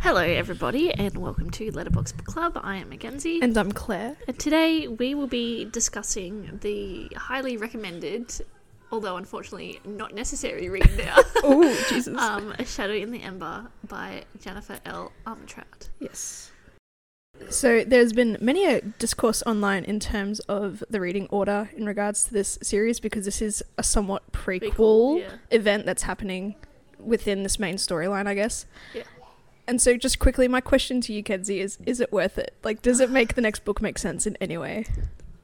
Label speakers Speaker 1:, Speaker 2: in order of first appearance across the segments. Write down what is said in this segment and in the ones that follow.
Speaker 1: Hello, everybody, and welcome to Letterbox Book Club. I am Mackenzie, and,
Speaker 2: And I'm Claire.
Speaker 1: today we will be discussing the highly recommended, although unfortunately not necessary, read now,
Speaker 2: Oh, Jesus.
Speaker 1: um, "A Shadow in the Ember" by Jennifer L. Armentrout.
Speaker 2: yes. So there's been many a discourse online in terms of the reading order in regards to this series because this is a somewhat prequel,
Speaker 1: yeah.
Speaker 2: event that's happening within this main storyline, I guess.
Speaker 1: Yeah.
Speaker 2: And so just quickly my question to you, Kenzie, is is it worth it? Like does it make the next book make sense in any way?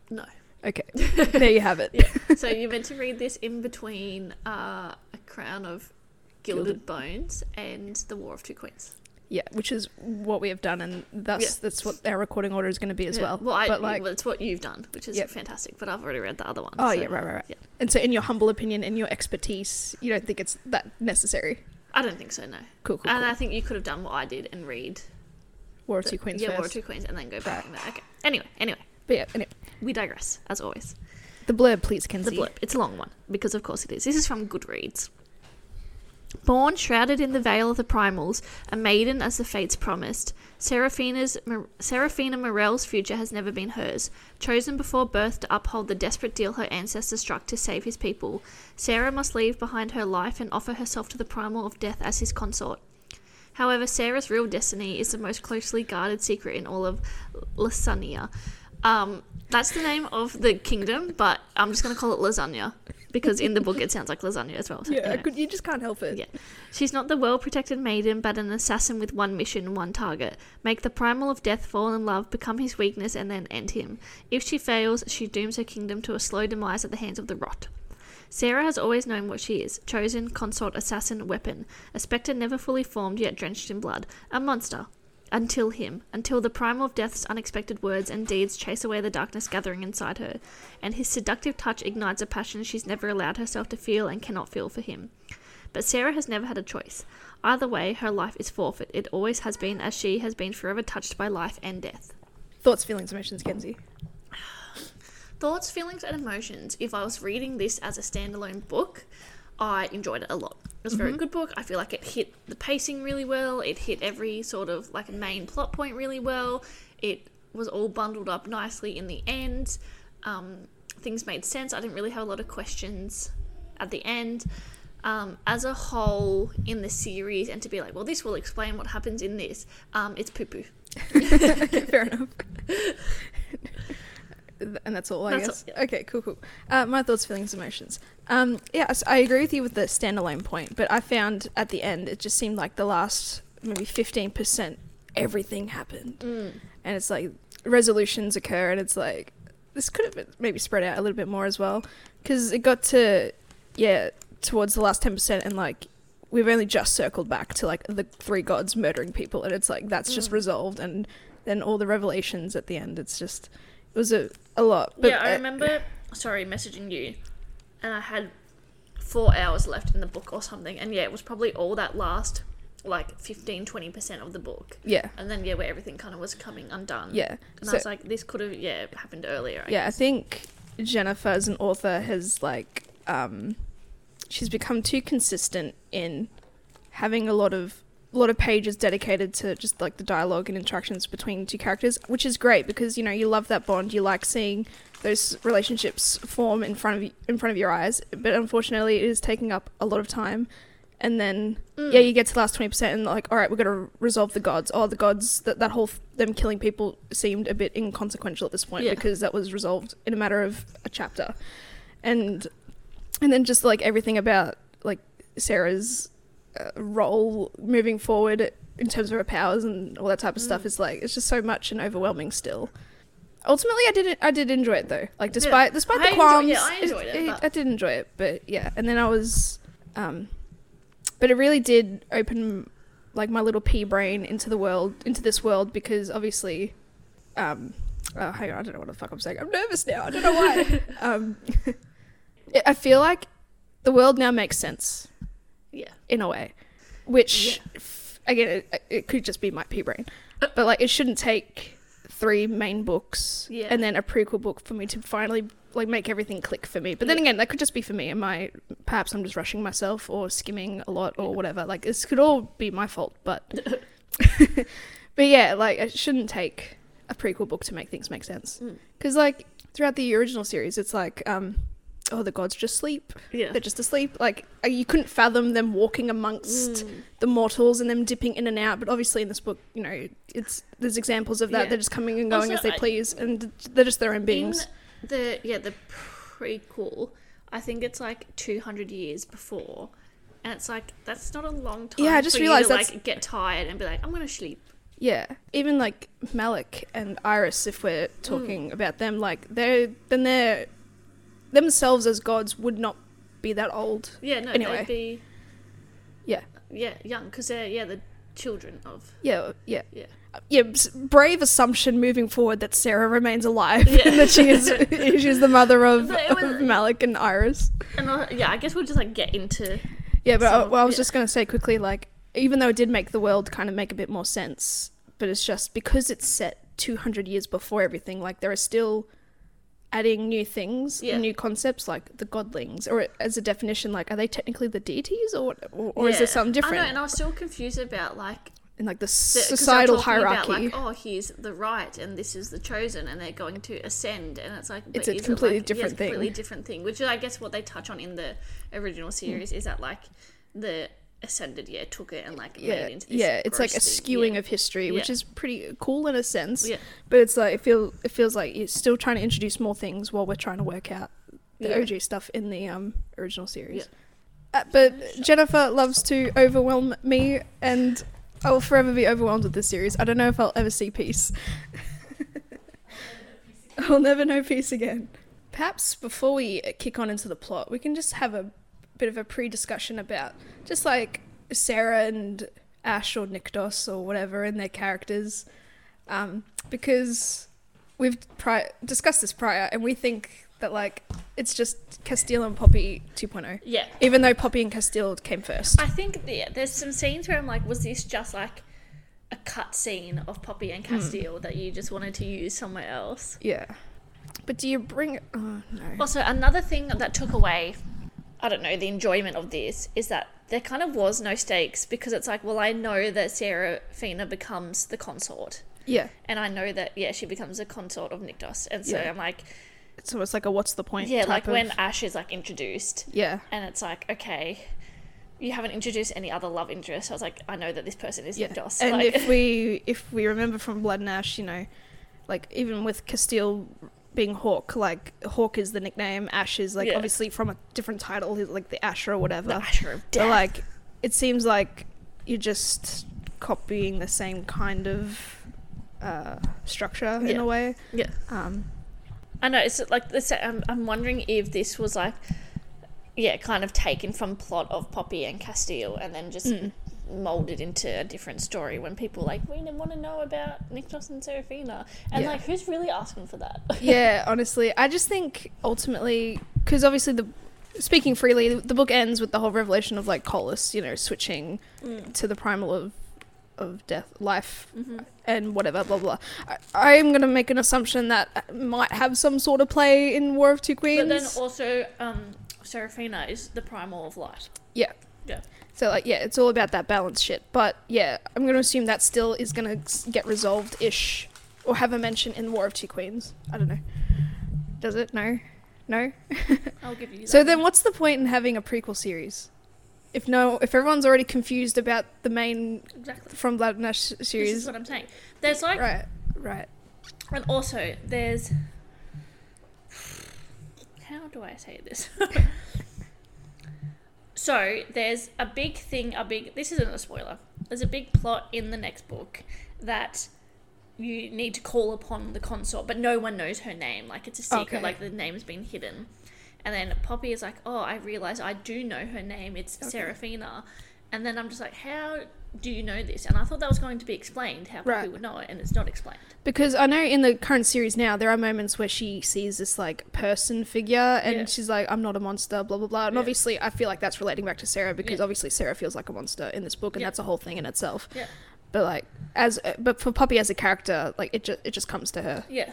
Speaker 1: No.
Speaker 2: Okay. there you have it.
Speaker 1: Yeah. So you're meant to read this in between uh, "A Crown of Gilded, Bones" and "The War of Two Queens."
Speaker 2: Yeah, which is what we have done and that's
Speaker 1: Yeah.
Speaker 2: that's what our recording order is going to be as
Speaker 1: Yeah.
Speaker 2: well.
Speaker 1: Well, I,
Speaker 2: but like
Speaker 1: well, it's what you've done, which is
Speaker 2: Yep.
Speaker 1: fantastic. But I've already read the other one.
Speaker 2: Oh
Speaker 1: so-
Speaker 2: yeah, right, right, right.
Speaker 1: yeah.
Speaker 2: And so, in your humble opinion, in your expertise, you don't think it's that necessary.
Speaker 1: I don't think so. No.
Speaker 2: Cool, cool.
Speaker 1: And
Speaker 2: cool.
Speaker 1: I think you could have done what I did and read
Speaker 2: War of
Speaker 1: the-
Speaker 2: Two Queens
Speaker 1: yeah,
Speaker 2: first.
Speaker 1: War of Two Queens, and then go back. and then- okay. Anyway, anyway,
Speaker 2: But yeah, anyway,
Speaker 1: we digress as always.
Speaker 2: the blurb, please,
Speaker 1: The
Speaker 2: Kenzie.
Speaker 1: blip. It's a long one because, of course, it is. This is from Goodreads. Born shrouded in the veil of the primals, a maiden as the fates promised, Seraphina's, Mor- Seraphina Morel's future has never been hers. Chosen before birth to uphold the desperate deal her ancestor struck to save his people, Sarah must leave behind her life and offer herself to the primal of death as his consort. However, Sarah's real destiny is the most closely guarded secret in all of Lasania. Um, that's the name of the kingdom, but I'm just going to call it Lasagna because in the book it sounds like lasagna as well. so
Speaker 2: Yeah, I
Speaker 1: anyway.
Speaker 2: could, you just can't help it.
Speaker 1: Yeah. She's not the well protected maiden, but an assassin with one mission, one target. Make the primal of death fall in love, become his weakness, and then end him. If she fails, she dooms her kingdom to a slow demise at the hands of the rot. Sarah has always known what she is chosen, consort, assassin, weapon. A spectre never fully formed, yet drenched in blood. A monster. Until him, until the primal of death's unexpected words and deeds chase away the darkness gathering inside her, and his seductive touch ignites a passion she's never allowed herself to feel and cannot feel for him. But Sarah has never had a choice. Either way, her life is forfeit. It always has been, as she has been forever touched by life and death.
Speaker 2: Thoughts, feelings, emotions, Kenzie.
Speaker 1: Thoughts, feelings, and emotions. If I was reading this as a standalone book, I enjoyed it a lot. It was a very good book. I feel like it hit the pacing really well. It hit every sort of like main plot point really well. It was all bundled up nicely in the end. Um, things made sense. I didn't really have a lot of questions at the end. Um, as a whole in the series, and to be like, well, this will explain what happens in this. Um, it's poo poo.
Speaker 2: Okay, fair enough. Th- and that's all, I
Speaker 1: That's all,
Speaker 2: guess. Okay, cool, cool. Uh, my thoughts, feelings, emotions. Um, yeah, so I agree with you with the standalone point, but I found at the end it just seemed like the last maybe fifteen percent everything happened, and it's like resolutions occur, and it's like this could have been maybe spread out a little bit more as well, because it got to yeah towards the last ten percent, and like we've only just circled back to like the three gods murdering people, and it's like that's just
Speaker 1: Mm.
Speaker 2: resolved, and then all the revelations at the end. It's just it was a a lot. But
Speaker 1: yeah, I
Speaker 2: uh,
Speaker 1: remember. Sorry, messaging you, and I had four hours left in the book or something, and yeah, it was probably all that last like 15 20 percent of the book,
Speaker 2: Yeah,
Speaker 1: and then yeah, where everything kind of was coming undone.
Speaker 2: yeah.
Speaker 1: and I
Speaker 2: So
Speaker 1: was like, this could have yeah happened earlier. I
Speaker 2: yeah, I
Speaker 1: guess.
Speaker 2: think Jennifer as an author has like um, she's become too consistent in having a lot of a lot of pages dedicated to just like the dialogue and interactions between two characters, which is great because you know you love that bond, you like seeing those relationships form in front of you, in front of your eyes. But unfortunately, it is taking up a lot of time. And then
Speaker 1: Mm,
Speaker 2: yeah, you get to the last twenty percent, and like, all right, we're gonna resolve the gods. Oh, the gods that that whole f- them killing people seemed a bit inconsequential at this point
Speaker 1: Yeah.
Speaker 2: because that was resolved in a matter of a chapter, and and then just like everything about like Sarah's uh, role moving forward in terms of her powers and all that type of stuff is like it's just so much and overwhelming still. Ultimately, I did I did enjoy it though. Like despite despite
Speaker 1: I
Speaker 2: the
Speaker 1: enjoy-
Speaker 2: qualms,
Speaker 1: yeah, I enjoyed it, but-
Speaker 2: I did enjoy it, but yeah. And then I was, um, but it really did open like my little pea brain into the world into this world because obviously, um, oh, hang on, I don't know what the fuck I'm saying. I'm nervous now. I don't know why. um, I- I feel like the world now makes sense
Speaker 1: yeah,
Speaker 2: in a way, which f- again, it, it could just be my pea brain, but like it shouldn't take three main books
Speaker 1: Yeah.
Speaker 2: and then a prequel book for me to finally like make everything click for me. But then
Speaker 1: Yeah.
Speaker 2: again, that could just be for me. Am I perhaps I'm just rushing myself or skimming a lot or whatever? Like this could all be my fault, but but yeah, like it shouldn't take a prequel book to make things make sense.
Speaker 1: Mm.
Speaker 2: Because like throughout the original series, it's like, um, oh, the gods just sleep.
Speaker 1: Yeah.
Speaker 2: They're just asleep. Like uh, you couldn't fathom them walking amongst
Speaker 1: Mm.
Speaker 2: the mortals and them dipping in and out. But obviously, in this book, you know, it's there's examples of that.
Speaker 1: Yeah.
Speaker 2: They're just coming and going
Speaker 1: Also,
Speaker 2: as they
Speaker 1: I-
Speaker 2: please, and they're just their own
Speaker 1: In
Speaker 2: beings.
Speaker 1: the yeah the prequel, I think it's like two hundred years before, and it's like that's not a long time.
Speaker 2: Yeah, I just
Speaker 1: for you
Speaker 2: realised
Speaker 1: to,
Speaker 2: that's-
Speaker 1: like get tired and be like, I'm gonna sleep.
Speaker 2: Yeah, even like Malik and Iris, if we're
Speaker 1: Mm.
Speaker 2: talking about them, like they're then they're themselves as gods would not be that old.
Speaker 1: Yeah, no,
Speaker 2: Anyway.
Speaker 1: they'd be
Speaker 2: Yeah,
Speaker 1: yeah young because they're yeah the children of
Speaker 2: yeah, yeah, Uh,
Speaker 1: yeah
Speaker 2: yeah. s- Brave assumption moving forward that Sarah remains alive
Speaker 1: Yeah.
Speaker 2: and that she is she's the mother of,
Speaker 1: But it was-
Speaker 2: of Malik and Iris.
Speaker 1: and uh, yeah. I guess we'll just like get into
Speaker 2: Yeah, but I,
Speaker 1: So,
Speaker 2: well, I was
Speaker 1: yeah.
Speaker 2: just going to say quickly, like, even though it did make the world kind of make a bit more sense, but it's just because it's set 200 years before everything, like, there are still adding new things, and
Speaker 1: Yeah.
Speaker 2: new concepts, like the godlings, or as a definition, like, are they technically the deities, or or, or is
Speaker 1: Yeah.
Speaker 2: there something
Speaker 1: I
Speaker 2: different?
Speaker 1: know, and I was still confused about like
Speaker 2: and like the
Speaker 1: the- 'cause they're
Speaker 2: societal
Speaker 1: talking about,
Speaker 2: hierarchy.
Speaker 1: like, oh, here's the right, and this is the chosen, and they're going to ascend, and it's like but
Speaker 2: It's a
Speaker 1: is it,
Speaker 2: completely
Speaker 1: like- yeah,
Speaker 2: different
Speaker 1: it's a completely
Speaker 2: thing.
Speaker 1: different thing, which is, I guess what they touch on in the original
Speaker 2: Hmm.
Speaker 1: series is that like the ascended yeah took it and like made
Speaker 2: yeah,
Speaker 1: it into this
Speaker 2: yeah, it's like a
Speaker 1: gross thing,
Speaker 2: skewing
Speaker 1: yeah.
Speaker 2: of history, which
Speaker 1: Yeah.
Speaker 2: is pretty cool in a sense.
Speaker 1: Yeah.
Speaker 2: But it's like it feel it feels like it's still trying to introduce more things while we're trying to work out the
Speaker 1: Yeah.
Speaker 2: OG stuff in the um, original series. Uh, but Jennifer loves to overwhelm me, and I will forever be overwhelmed with this series. I don't know if I'll ever see peace. I'll never know peace again. Perhaps before we kick on into the plot, we can just have a bit of a pre-discussion about just like Sarah and Ash or Nikdos or whatever and their characters, um, because we've pri- discussed this prior, and we think that like it's just Castile and Poppy 2.0,
Speaker 1: yeah.
Speaker 2: even though Poppy and Castile came first.
Speaker 1: I think yeah, there's some scenes where I'm like, was this just like a cut scene of Poppy and
Speaker 2: Hmm.
Speaker 1: Castile that you just wanted to use somewhere else?
Speaker 2: Yeah, but do you bring? Oh no.
Speaker 1: Also, another thing that took away, I don't know, the enjoyment of this is that there kind of was no stakes because it's like, well, I know that Serafina becomes the consort.
Speaker 2: Yeah,
Speaker 1: And I know that, yeah, she becomes a consort of Nikdos. And so
Speaker 2: Yeah.
Speaker 1: I'm like,
Speaker 2: it's almost like a what's the point?
Speaker 1: yeah,
Speaker 2: type
Speaker 1: like
Speaker 2: of-
Speaker 1: when Ash is like introduced,
Speaker 2: Yeah,
Speaker 1: and it's like, okay, you haven't introduced any other love interest. I was like, I know that this person is
Speaker 2: yeah.
Speaker 1: Nikdos.
Speaker 2: And
Speaker 1: like,
Speaker 2: if we if we remember from Blood and Ash, you know, like even with Castile being Hawk, like Hawk is the nickname. Ash is like
Speaker 1: Yeah.
Speaker 2: obviously from a different title, he's like the Asher or whatever.
Speaker 1: the Asher of
Speaker 2: But
Speaker 1: Death.
Speaker 2: like, it seems like you're just copying the same kind of uh, structure in
Speaker 1: Yeah.
Speaker 2: a way.
Speaker 1: yeah.
Speaker 2: Um,
Speaker 1: I know it's like the sa- I'm, I'm wondering if this was like, yeah, kind of taken from plot of Poppy and Castile and then just
Speaker 2: mm.
Speaker 1: molded into a different story when people like we didn't want to know about Nikos and Serafina and
Speaker 2: Yeah.
Speaker 1: like who's really asking for that?
Speaker 2: yeah, honestly, I just think ultimately, because obviously the speaking freely, the book ends with the whole revelation of like Colus, you know, switching
Speaker 1: Mm.
Speaker 2: to the primal of of death, life,
Speaker 1: Mm-hmm.
Speaker 2: and whatever, blah blah. I, I am gonna make an assumption that might have some sort of play in War of Two Queens.
Speaker 1: but then also, um, Serafina is the primal of light.
Speaker 2: yeah.
Speaker 1: Yeah,
Speaker 2: So like yeah, it's all about that balance shit. But yeah, I'm gonna assume that still is gonna s- get resolved ish, or have a mention in War of Two Queens. I don't know. Does it? No, no.
Speaker 1: I'll give you. That
Speaker 2: So then, what's the point in having a prequel series? If no, if everyone's already confused about the main
Speaker 1: exactly.
Speaker 2: from Blood and Ash s-
Speaker 1: This is
Speaker 2: series,
Speaker 1: what I'm saying. There's like
Speaker 2: right? Right.
Speaker 1: And also, there's. How do I say this? so, there's a big thing, a big. This isn't a spoiler. There's a big plot in the next book that you need to call upon the consort, but no one knows her name. Like, it's a secret,
Speaker 2: Okay.
Speaker 1: like, the name's been hidden. And then Poppy is like, oh, I realize I do know her name. It's Serafina. And then I'm just like, how do you know this? And I thought that was going to be explained, how Poppy
Speaker 2: Right.
Speaker 1: would know it, and it's not explained.
Speaker 2: Because I know in the current series now, there are moments where she sees this like person figure and
Speaker 1: Yeah.
Speaker 2: she's like, I'm not a monster, blah, blah, blah. And
Speaker 1: Yeah.
Speaker 2: obviously, I feel like that's relating back to Sarah because
Speaker 1: Yeah.
Speaker 2: obviously Sarah feels like a monster in this book and
Speaker 1: Yeah.
Speaker 2: that's a whole thing in itself.
Speaker 1: Yeah.
Speaker 2: But like, as uh, but for Poppy as a character, like it, ju- it just comes to her.
Speaker 1: Yeah.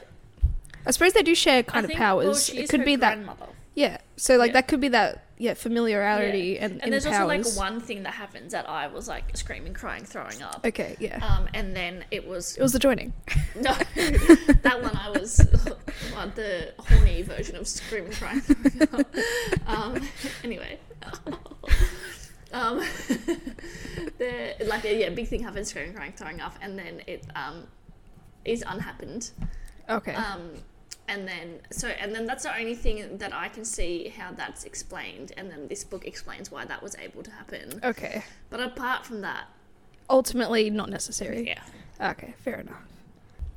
Speaker 2: I suppose they do share
Speaker 1: I
Speaker 2: kind of
Speaker 1: think- well,
Speaker 2: powers.
Speaker 1: she
Speaker 2: it
Speaker 1: is
Speaker 2: could
Speaker 1: her
Speaker 2: be that.
Speaker 1: grandmother.
Speaker 2: Yeah. So like
Speaker 1: Yeah.
Speaker 2: that could be that yeah familiarity and
Speaker 1: and there's
Speaker 2: empowers.
Speaker 1: also like one thing that happens that I was like screaming, crying, throwing up.
Speaker 2: Okay, yeah.
Speaker 1: Um, and then it was
Speaker 2: it was the joining.
Speaker 1: no, that one I was uh, the horny version of screaming, crying, throwing up. Um, anyway. Um, the like a, yeah, big thing happens, screaming, crying, throwing up, and then it um, is unhappened.
Speaker 2: Okay.
Speaker 1: Um, and then so and then that's the only thing that I can see how that's explained, and then this book explains why that was able to happen.
Speaker 2: okay.
Speaker 1: But apart from that,
Speaker 2: Ultimately, not necessary.
Speaker 1: yeah,
Speaker 2: Okay, fair enough.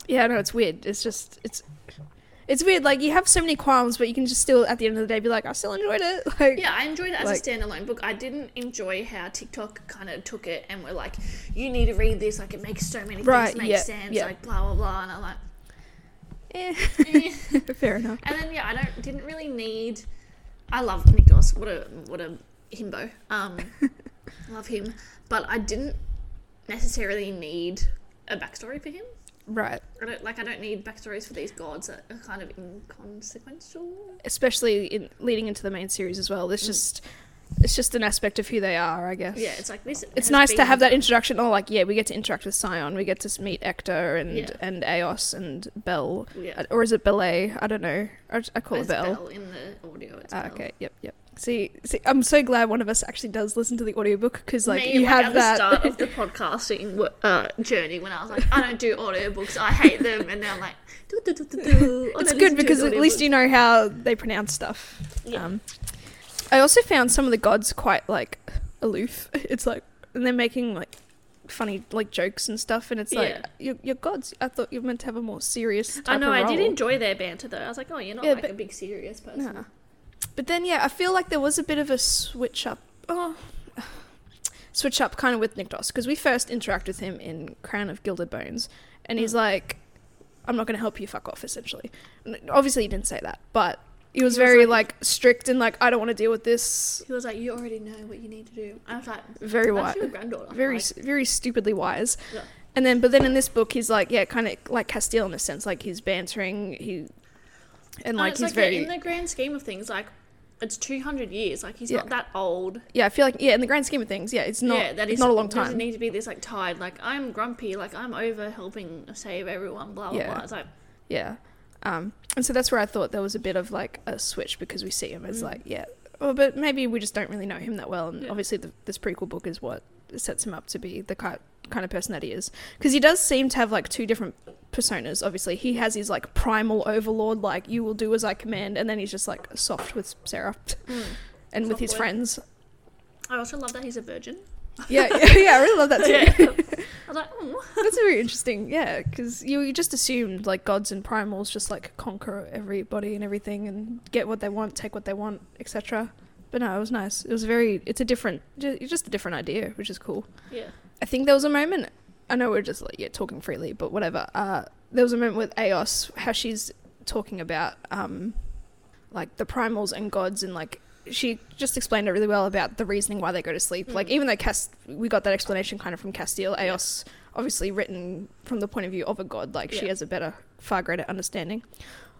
Speaker 2: Yeah, no, it's weird. It's just it's it's weird. Like you have so many qualms, but you can just still at the end of the day be like, I still enjoyed it. Like
Speaker 1: yeah, I enjoyed it as
Speaker 2: Like-
Speaker 1: a standalone book. I didn't enjoy how TikTok kind of took it and were like, you need to read this, like it makes so many
Speaker 2: Right,
Speaker 1: things make
Speaker 2: yeah,
Speaker 1: sense,
Speaker 2: yeah.
Speaker 1: like blah blah blah, and I'm like,
Speaker 2: eh.
Speaker 1: eh.
Speaker 2: fair enough.
Speaker 1: and then yeah, I don't didn't really need. I love Nick Doss. What a what a himbo. Um, love him, but I didn't necessarily need a backstory for him.
Speaker 2: Right.
Speaker 1: I don't, like I don't need backstories for these gods that are kind of inconsequential.
Speaker 2: Especially in leading into the main series as well. It's just it's just an aspect of who they are, I guess.
Speaker 1: Yeah, it's like this.
Speaker 2: It's
Speaker 1: has
Speaker 2: nice to
Speaker 1: been-
Speaker 2: have that introduction. Oh, like yeah, we get to interact with Scion. We get to s- meet Ector and
Speaker 1: Yeah.
Speaker 2: and Aos and Bell,
Speaker 1: Yeah.
Speaker 2: or is it Belay? I don't know. I, j- I call
Speaker 1: It's
Speaker 2: it Bell.
Speaker 1: Bell in the audio. It's
Speaker 2: Ah,
Speaker 1: Bell.
Speaker 2: okay. Yep. Yep. See, see, I'm so glad one of us actually does listen to the audiobook because like
Speaker 1: Me,
Speaker 2: you
Speaker 1: like,
Speaker 2: have
Speaker 1: at the
Speaker 2: that.
Speaker 1: start of the podcasting wo- uh, journey when I was like, I don't do audiobooks, I hate them, and now I'm like, do, do, do, do, do.
Speaker 2: it's good because at least you know how they pronounce stuff.
Speaker 1: Yeah.
Speaker 2: Um, I also found some of the gods quite like aloof. It's like and they're making like funny like jokes and stuff, and it's like
Speaker 1: Yeah.
Speaker 2: you're, you're gods. I thought you were meant to have a more serious. Type
Speaker 1: I know
Speaker 2: of
Speaker 1: I did
Speaker 2: role.
Speaker 1: enjoy their banter though. I was like, oh, you're not
Speaker 2: Yeah,
Speaker 1: like
Speaker 2: but-
Speaker 1: a big serious person.
Speaker 2: Nah. But then, yeah, I feel like there was a bit of a switch up. Oh, switch up kind of with Nikdos because we first interact with him in Crown of Gilded Bones, and he's
Speaker 1: Mm.
Speaker 2: like, "I'm not going to help you. Fuck off." Essentially, N- obviously he didn't say that, but he was
Speaker 1: He was
Speaker 2: very
Speaker 1: like-
Speaker 2: like, strict and like, "I don't want to deal with this."
Speaker 1: He was like, you already know what you need to do. I was like,
Speaker 2: Very
Speaker 1: that's
Speaker 2: wise,
Speaker 1: your granddaughter.
Speaker 2: very
Speaker 1: Like,
Speaker 2: s very stupidly wise.
Speaker 1: Yeah.
Speaker 2: And then, but then in this book, he's like, yeah, kind of like Castile in a sense, like he's bantering, he, and
Speaker 1: and
Speaker 2: like
Speaker 1: it's
Speaker 2: he's
Speaker 1: like, yeah,
Speaker 2: very
Speaker 1: in the grand scheme of things, like it's 200 years. Like he's
Speaker 2: Yeah.
Speaker 1: not that old.
Speaker 2: yeah, I feel like yeah, in the grand scheme of things, yeah, it's not
Speaker 1: yeah, that is
Speaker 2: not a long
Speaker 1: Doesn't
Speaker 2: time.
Speaker 1: need to be this like tired. Like I'm grumpy. Like I'm over helping save everyone. Blah blah
Speaker 2: Yeah.
Speaker 1: blah. It's like
Speaker 2: Yeah. Um, and so that's where I thought there was a bit of like a switch because we see him as
Speaker 1: Mm.
Speaker 2: like, yeah, well, but maybe we just don't really know him that well. And
Speaker 1: Yeah.
Speaker 2: obviously, the, this prequel book is what sets him up to be the ki- kind of person that he is. Because he does seem to have like two different personas, obviously. He has his like primal overlord, like, you will do as I command. And then he's just like soft with Sarah and with
Speaker 1: Soft
Speaker 2: his
Speaker 1: boy.
Speaker 2: friends.
Speaker 1: hmm. I also love that he's a virgin.
Speaker 2: Yeah, yeah, yeah, I really love that too.
Speaker 1: Yeah. I was like, oh,
Speaker 2: That's very interesting, yeah, because you, you just assumed like gods and primals just like conquer everybody and everything and get what they want, take what they want, etc. But no, it was nice. It was very, it's a different, ju- it's just a different idea, which is cool.
Speaker 1: yeah.
Speaker 2: I think there was a moment, I know we're just like, yeah, talking freely, but whatever. Uh, there was a moment with Aos, how she's talking about um, like the primals and gods and like, she just explained it really well about the reasoning why they go to sleep. Like,
Speaker 1: Mm.
Speaker 2: even though Cast- we got that explanation kind of from Castile,
Speaker 1: Yeah.
Speaker 2: Aos obviously written from the point of view of a god. Like she
Speaker 1: Yeah.
Speaker 2: has a better, far greater understanding.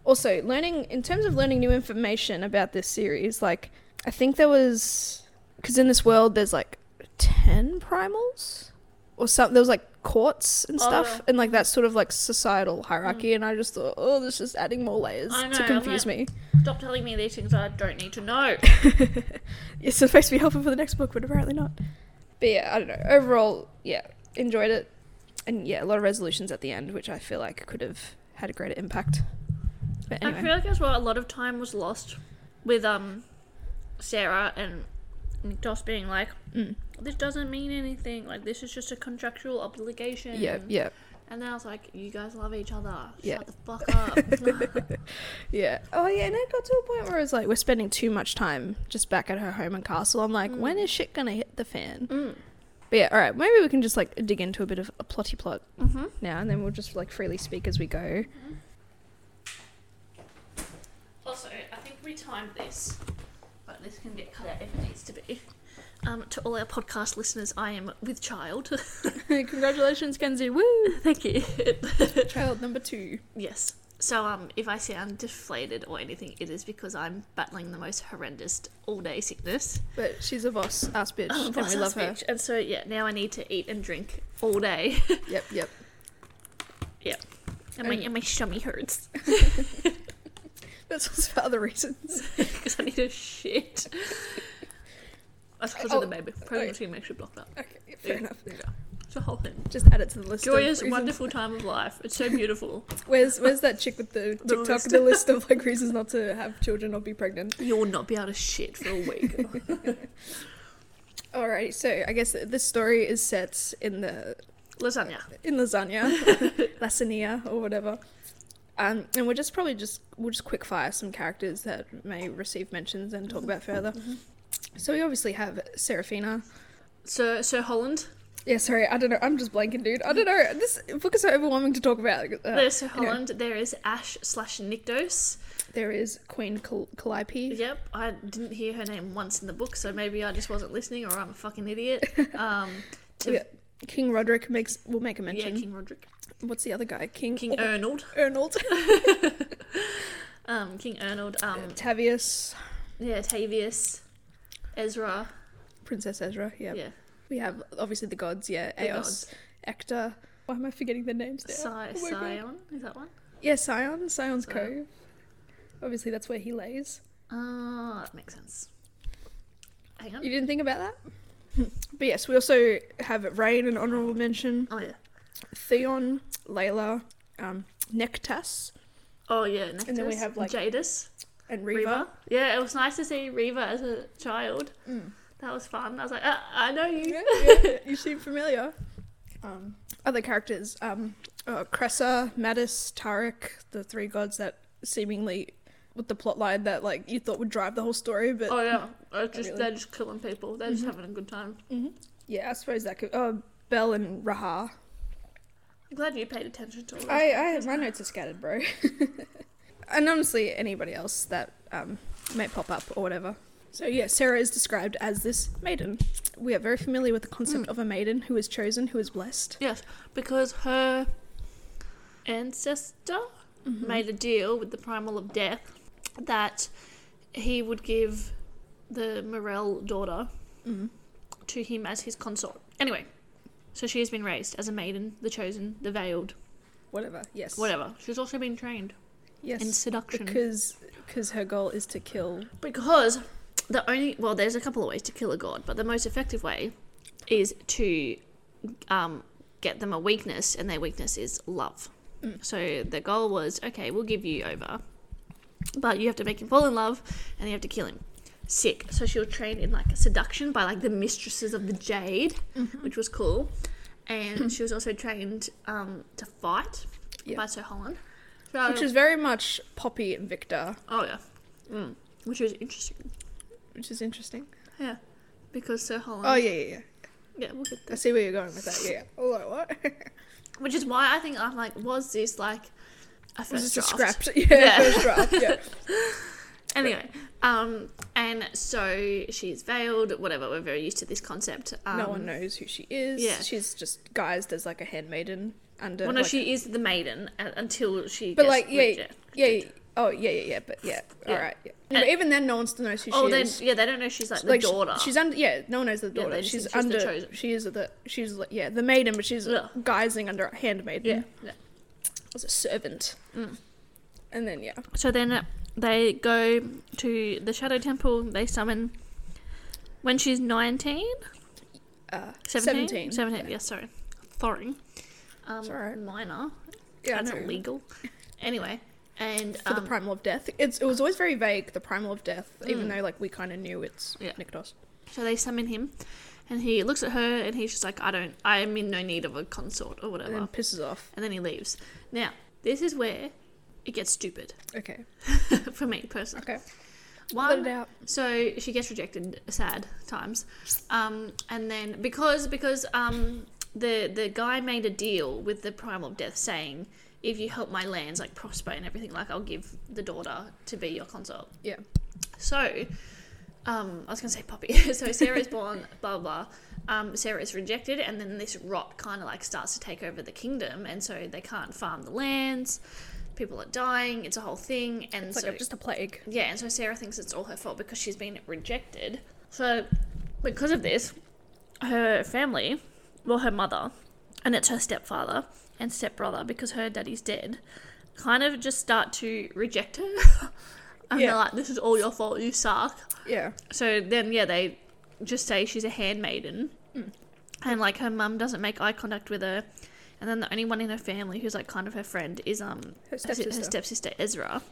Speaker 2: Also, learning in terms of learning new information about this series, like I think there was because in this world there's like ten primals or something. There was like courts and
Speaker 1: Oh,
Speaker 2: stuff,
Speaker 1: yeah.
Speaker 2: and like that sort of like societal hierarchy. And I just thought, oh, this is adding more layers
Speaker 1: I know,
Speaker 2: to
Speaker 1: I'm
Speaker 2: confuse me.
Speaker 1: Stop telling me these things I don't need to know.
Speaker 2: It's supposed to be helpful for the next book, but apparently not. But yeah, I don't know. Overall, yeah, enjoyed it. And yeah, a lot of resolutions at the end, which I feel like could have had a greater impact. But
Speaker 1: I
Speaker 2: anyway,
Speaker 1: feel like as well a lot of time was lost with um Sarah and Nikdos being like,
Speaker 2: Mm.
Speaker 1: this doesn't mean anything. Like this is just a contractual obligation.
Speaker 2: yeah, yeah,
Speaker 1: And then I was like, you guys love each other. Shut
Speaker 2: Yeah. Mm,
Speaker 1: the fuck up.
Speaker 2: yeah. Oh yeah, and it got to a point where it's like we're spending too much time just back at her home and castle. I'm like, when is shit gonna hit the fan?
Speaker 1: mm.
Speaker 2: But yeah, all right, maybe we can just like dig into a bit of a plotty plot
Speaker 1: hmm
Speaker 2: now, and then we'll just like freely speak as we go.
Speaker 1: Mm-hmm. Also, I think we timed this, but this can get cut out if it needs to be. Um, to all our podcast listeners, I am with child.
Speaker 2: Congratulations, Kenzie! Woo!
Speaker 1: Thank you.
Speaker 2: Child number two.
Speaker 1: yes. So um, if I sound deflated or anything, it is because I'm battling the most horrendous all-day sickness.
Speaker 2: But she's a boss ass bitch, and
Speaker 1: Oh, Boss
Speaker 2: we love
Speaker 1: ass
Speaker 2: her.
Speaker 1: bitch. And so yeah, now I need to eat and drink all day.
Speaker 2: Yep, yep.
Speaker 1: yep. And my,
Speaker 2: Um,
Speaker 1: and my stomach hurts
Speaker 2: That's also for other reasons.
Speaker 1: because I need to shit. That's because
Speaker 2: Oh,
Speaker 1: of the baby. Pregnancy makes you block that.
Speaker 2: okay,
Speaker 1: Yeah. Yeah. It's a whole thing.
Speaker 2: Just add it to the list. of
Speaker 1: Joyous,
Speaker 2: reasons.
Speaker 1: wonderful time of life. It's so beautiful.
Speaker 2: Where's Where's that chick with the
Speaker 1: The
Speaker 2: TikTok?
Speaker 1: list.
Speaker 2: The list of like reasons not to have children or be pregnant.
Speaker 1: You will not be able to shit for a week.
Speaker 2: Alrighty, so I guess this story is set in the
Speaker 1: Lasagna.
Speaker 2: in lasagna, lasagna or whatever. Um, and we're just probably just we'll just quick fire some characters that may receive mentions and talk about further.
Speaker 1: Mm-hmm.
Speaker 2: So we obviously have Serafina.
Speaker 1: So, so Holland.
Speaker 2: Yeah, sorry, I don't know. I'm just blanking, dude. I don't know. This book is so overwhelming to talk about. Uh,
Speaker 1: There's Sir
Speaker 2: anyway.
Speaker 1: Holland. There is Ash slash Nikdos.
Speaker 2: There is Queen Cal- Calliope.
Speaker 1: Yep, I didn't hear her name once in the book, so maybe I just wasn't listening, or I'm a fucking idiot. Um, to,
Speaker 2: Yeah. King Roderick makes will make a
Speaker 1: yeah,
Speaker 2: mention.
Speaker 1: King Roderick,
Speaker 2: What's the other guy? King
Speaker 1: King Er- Arnold,
Speaker 2: Arnold.
Speaker 1: um, King Arnold, um,
Speaker 2: Tavius,
Speaker 1: yeah, Tavius, Ezra,
Speaker 2: Princess Ezra. Yeah.
Speaker 1: yeah,
Speaker 2: We have obviously the gods. Yeah,
Speaker 1: the
Speaker 2: Eos, Ector. Why am I forgetting their names? There?
Speaker 1: gods. Si-
Speaker 2: Oh my God.
Speaker 1: Sion, is that one?
Speaker 2: Yeah, Sion, Sion's
Speaker 1: Sion.
Speaker 2: cove. Obviously, that's where he lays.
Speaker 1: Ah, that makes sense. Hang
Speaker 2: You
Speaker 1: on.
Speaker 2: didn't think about that? but yes, we also have Rain, an honorable mention.
Speaker 1: Oh yeah.
Speaker 2: Theon, Layla, um, Nectas,
Speaker 1: Oh yeah. Nectus,
Speaker 2: then we have, like,
Speaker 1: Jadis,
Speaker 2: and
Speaker 1: Reva.
Speaker 2: Reva.
Speaker 1: Yeah, it was nice to see Reva as a child.
Speaker 2: Mm.
Speaker 1: That was fun. I was like, ah, I know you.
Speaker 2: Yeah, yeah, you seem familiar. Um, other characters: um, uh, Cressa, Mattis, Tarek, the three gods that seemingly with the plot line that like you thought would drive the whole story, but
Speaker 1: Oh yeah, I just
Speaker 2: really- Mm-hmm.
Speaker 1: they're just killing people. They're just having a good time.
Speaker 2: yeah, I suppose that could. Oh, Bell and Raha.
Speaker 1: I'm glad you paid attention to all that.
Speaker 2: I, I my notes are scattered, bro. and honestly, anybody else that um, may pop up or whatever. So yeah, Sarah is described as this maiden. We are very familiar with the
Speaker 1: Hmm.
Speaker 2: concept of a maiden who is chosen, who is blessed.
Speaker 1: Yes, because her ancestor
Speaker 2: Mm-hmm.
Speaker 1: made a deal with the primal of death that he would give the Morel daughter
Speaker 2: Mhm.
Speaker 1: to him as his consort. Anyway, so she has been raised as a maiden, the chosen, the veiled,
Speaker 2: Whatever. Yes.
Speaker 1: whatever. She's also been trained
Speaker 2: Yes.
Speaker 1: in seduction.
Speaker 2: because because her goal is to kill
Speaker 1: Because the only well, there's a couple of ways to kill a god, but the most effective way is to um, get them a weakness, and their weakness is love.
Speaker 2: Mm.
Speaker 1: So the goal was okay, we'll give you over, but you have to make him fall in love, and you have to kill him. Sick. So she was trained in like seduction by like the mistresses of the jade, which was cool, and she was also trained um, to fight
Speaker 2: Yeah.
Speaker 1: by Sir Holland. So,
Speaker 2: which is very much poppy and victor
Speaker 1: oh yeah, mm. which is interesting.
Speaker 2: which is interesting
Speaker 1: Yeah, because Sir Holland.
Speaker 2: oh yeah yeah yeah
Speaker 1: yeah, we'll get
Speaker 2: i
Speaker 1: this.
Speaker 2: see where you're going with that yeah oh like, what
Speaker 1: Which is why I think I'm like, was this like a first
Speaker 2: this is just
Speaker 1: draft?
Speaker 2: scrapped yeah,
Speaker 1: Yeah.
Speaker 2: first draft yeah
Speaker 1: Anyway, um, and so she's veiled. Whatever, we're very used to this concept. Um,
Speaker 2: no one knows who she is
Speaker 1: yeah.
Speaker 2: she's just guised as like a handmaiden under
Speaker 1: Well, no,
Speaker 2: like-
Speaker 1: she is the maiden uh, until she.
Speaker 2: but
Speaker 1: gets
Speaker 2: like yeah
Speaker 1: rejected.
Speaker 2: yeah, yeah oh yeah yeah yeah but yeah,
Speaker 1: Yeah.
Speaker 2: all right yeah. but even then no one still knows who
Speaker 1: Oh,
Speaker 2: she
Speaker 1: then
Speaker 2: is
Speaker 1: yeah, they don't know she's like the
Speaker 2: like she-
Speaker 1: daughter.
Speaker 2: she's under yeah no one knows the
Speaker 1: Yeah,
Speaker 2: daughter
Speaker 1: they just
Speaker 2: she's
Speaker 1: think she's the
Speaker 2: under
Speaker 1: chosen.
Speaker 2: she is the she's like yeah the maiden but she's
Speaker 1: Yeah.
Speaker 2: guising under a handmaiden
Speaker 1: yeah. yeah.
Speaker 2: was a servant. And then yeah,
Speaker 1: So then they go to the Shadow Temple. They summon when she's nineteen.
Speaker 2: uh,
Speaker 1: 17?
Speaker 2: 17.
Speaker 1: 17, yeah, sorry. Sorry. Um,
Speaker 2: It's alright.
Speaker 1: Minor.
Speaker 2: Yeah,
Speaker 1: That's
Speaker 2: I know.
Speaker 1: illegal. Anyway, and
Speaker 2: for the
Speaker 1: um,
Speaker 2: primal of death. It's it was always very vague. The primal of death, even though like we kind of knew it's
Speaker 1: Mm. Yeah.
Speaker 2: Nikdos.
Speaker 1: so they summon him, and he looks at her, and he's just like, "I don't, I am in no need of a consort or whatever,"
Speaker 2: And then pisses off.
Speaker 1: and then he leaves. Now, this is where it gets stupid
Speaker 2: Okay,
Speaker 1: for me personally.
Speaker 2: okay, let
Speaker 1: One,
Speaker 2: it out.
Speaker 1: So she gets rejected, sad times, um, and then because because um, the the guy made a deal with the primal of death, saying if you help my lands like prosper and everything, like I'll give the daughter to be your consort.
Speaker 2: Yeah,
Speaker 1: So um, I was gonna say puppy. so Sarah is born, blah blah. Um, Sarah is rejected, and then this rot kind of like starts to take over the kingdom, and so they can't farm the lands. people are dying. It's a whole thing, and
Speaker 2: It's
Speaker 1: so
Speaker 2: like a, just a plague.
Speaker 1: yeah, and so Sarah thinks it's all her fault because she's been rejected. So, because of this, her family, well, her mother, and it's her stepfather and stepbrother because her daddy's dead, kind of just start to reject her. and
Speaker 2: Yeah.
Speaker 1: they're like, this is all your fault, you suck.
Speaker 2: Yeah.
Speaker 1: So then, yeah, they just say she's a handmaiden.
Speaker 2: Mm.
Speaker 1: And like her mum doesn't make eye contact with her. And then the only one in her family who's like kind of her friend is um
Speaker 2: Her
Speaker 1: si-
Speaker 2: stepsister.
Speaker 1: her stepsister Ezra.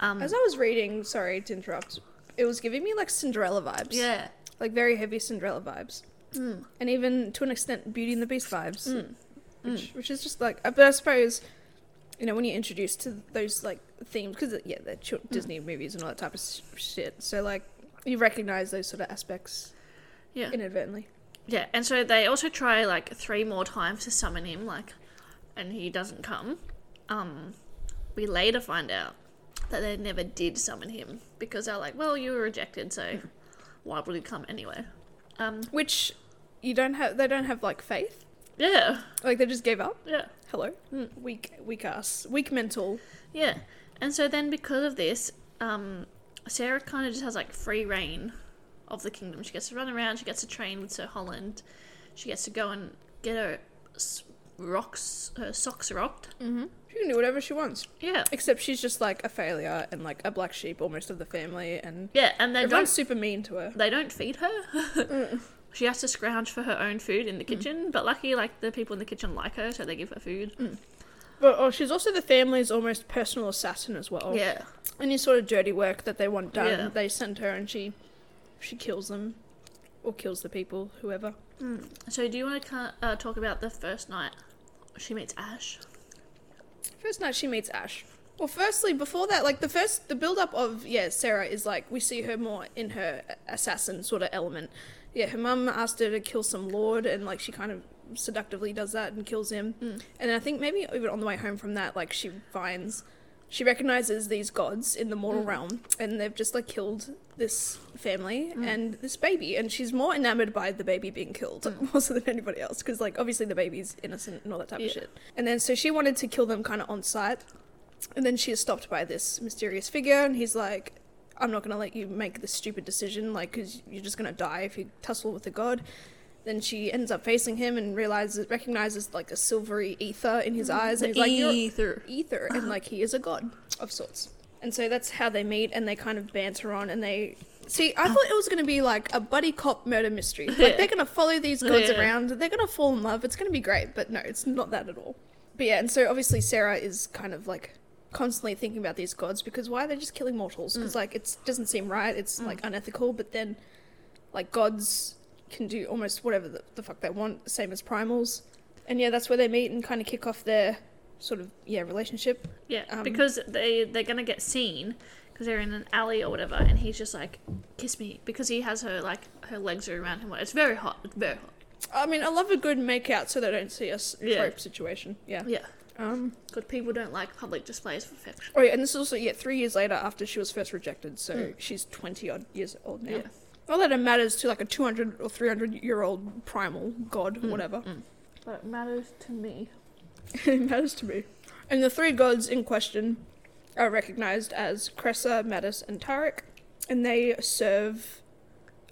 Speaker 1: Um,
Speaker 2: As I was reading, sorry to interrupt, it was giving me like Cinderella vibes.
Speaker 1: yeah.
Speaker 2: Like very heavy Cinderella vibes. And even to an extent, Beauty and the Beast vibes.
Speaker 1: Mm.
Speaker 2: Which, which is just like, uh, but I suppose, you know, when you're introduced to those like themes, because yeah, they're chil-
Speaker 1: Mm.
Speaker 2: Disney movies and all that type of sh- shit. So like, you recognize those sort of aspects
Speaker 1: Yeah.
Speaker 2: inadvertently.
Speaker 1: Yeah, and so they also try like three more times to summon him, like, and he doesn't come. Um, we later find out that they never did summon him because they're like, well, you were rejected, so why would he come anyway? Um,
Speaker 2: Which you don't have, they don't have like faith.
Speaker 1: yeah,
Speaker 2: Like they just gave up.
Speaker 1: yeah,
Speaker 2: Hello.
Speaker 1: Mm.
Speaker 2: Weak, weak ass, weak mental.
Speaker 1: yeah. And so then because of this, um, Sarah kind of just has like free reign of the kingdom. She gets to run around, she gets to train with Sir Holland, she gets to go and get her s- rocks, her socks rocked.
Speaker 2: She can do whatever she wants.
Speaker 1: Yeah.
Speaker 2: Except she's just like a failure and like a black sheep almost of the family, and
Speaker 1: Yeah, and they
Speaker 2: everyone's
Speaker 1: don't
Speaker 2: super mean to her.
Speaker 1: they don't feed her. she has to scrounge for her own food
Speaker 2: Mm.
Speaker 1: in the kitchen, but lucky like the people in the kitchen like her, so they give her food.
Speaker 2: But oh, she's also the family's almost personal assassin as well.
Speaker 1: Yeah,
Speaker 2: Any sort of dirty work that they want done,
Speaker 1: Yeah.
Speaker 2: they send her, and she she kills them, or kills the people, whoever.
Speaker 1: Mm. So do you want to uh, talk about the first night she meets Ash?
Speaker 2: First night she meets Ash. Well, firstly, before that, like the first, the build up of, yeah, Sarah is like, we see her more in her assassin sort of element. Yeah, her mum asked her to kill some lord, and like she kind of seductively does that and kills him. And I think maybe even on the way home from that, like she finds, she recognizes these gods in the mortal realm, and they've just like killed this family and this baby. And she's more enamored by the baby being killed more so than anybody else, because like obviously the baby's innocent and all that type
Speaker 1: Yeah.
Speaker 2: of shit. And then so she wanted to kill them kind of on sight. And then she is stopped by this mysterious figure, and he's like, I'm not going to let you make this stupid decision, like, because you're just going to die if you tussle with a god. Then she ends up facing him and realizes, recognizes, like, a silvery ether in his eyes. And he's like, You're
Speaker 1: through.
Speaker 2: ether. And, like, he is a god of sorts. And so that's how they meet, and they kind of banter on, and they. See, I thought it was going to be like a buddy cop murder mystery. Like, they're going to follow these gods
Speaker 1: Yeah.
Speaker 2: around, they're going to fall in love, it's going to be great. But no, it's not that at all. But yeah, and so obviously Sarah is kind of like constantly thinking about these gods because why are they just killing mortals?
Speaker 1: Mm.
Speaker 2: Because like it doesn't seem right. It's like unethical. But then, like gods can do almost whatever the, the fuck they want, same as primals. And yeah, that's where they meet and kind of kick off their sort of yeah relationship.
Speaker 1: Yeah,
Speaker 2: Um,
Speaker 1: because they they're gonna get seen because they're in an alley or whatever, and he's just like, "Kiss me," because he has her like her legs are around him. It's very hot. It's very hot.
Speaker 2: I mean, I love a good make out so they don't see us
Speaker 1: Yeah.
Speaker 2: trope situation. Yeah.
Speaker 1: Yeah,
Speaker 2: Um.
Speaker 1: because people don't like public displays of affection.
Speaker 2: Oh yeah, and this is also yeah three years later after she was first rejected, so she's twenty odd years old now.
Speaker 1: Yeah.
Speaker 2: Not that it matters to like a two hundred or three hundred year old primal god, whatever.
Speaker 1: But it matters to me.
Speaker 2: it matters to me. And the three gods in question are recognized as Cressa, Mattis, and Tarek, and they serve.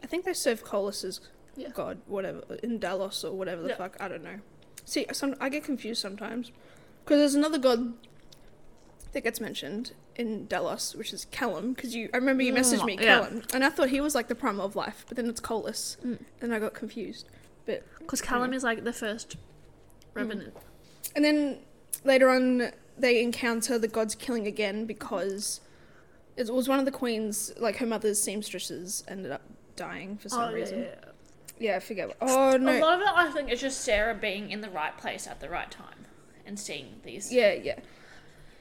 Speaker 2: I think they serve Colus's
Speaker 1: Yeah.
Speaker 2: god, whatever in Dalos or whatever the
Speaker 1: Yeah.
Speaker 2: fuck. I don't know. See, some, I get confused sometimes because there's another god that gets mentioned in Delos, which is Callum. Because you, I remember you messaged me
Speaker 1: Mm, yeah.
Speaker 2: Callum, and I thought he was like the primal of life, but then it's Colus,
Speaker 1: Mm.
Speaker 2: and I got confused. But
Speaker 1: Because Callum is like the
Speaker 2: Mm,
Speaker 1: first revenant.
Speaker 2: And then later on, they encounter the gods killing again because it was one of the queens, like her mother's seamstresses, ended up dying for
Speaker 1: Oh,
Speaker 2: some reason. Yeah, I forget. what- Oh
Speaker 1: A
Speaker 2: no.
Speaker 1: lot of it, I think, is just Sarah being in the right place at the right time and seeing these.
Speaker 2: Yeah, yeah.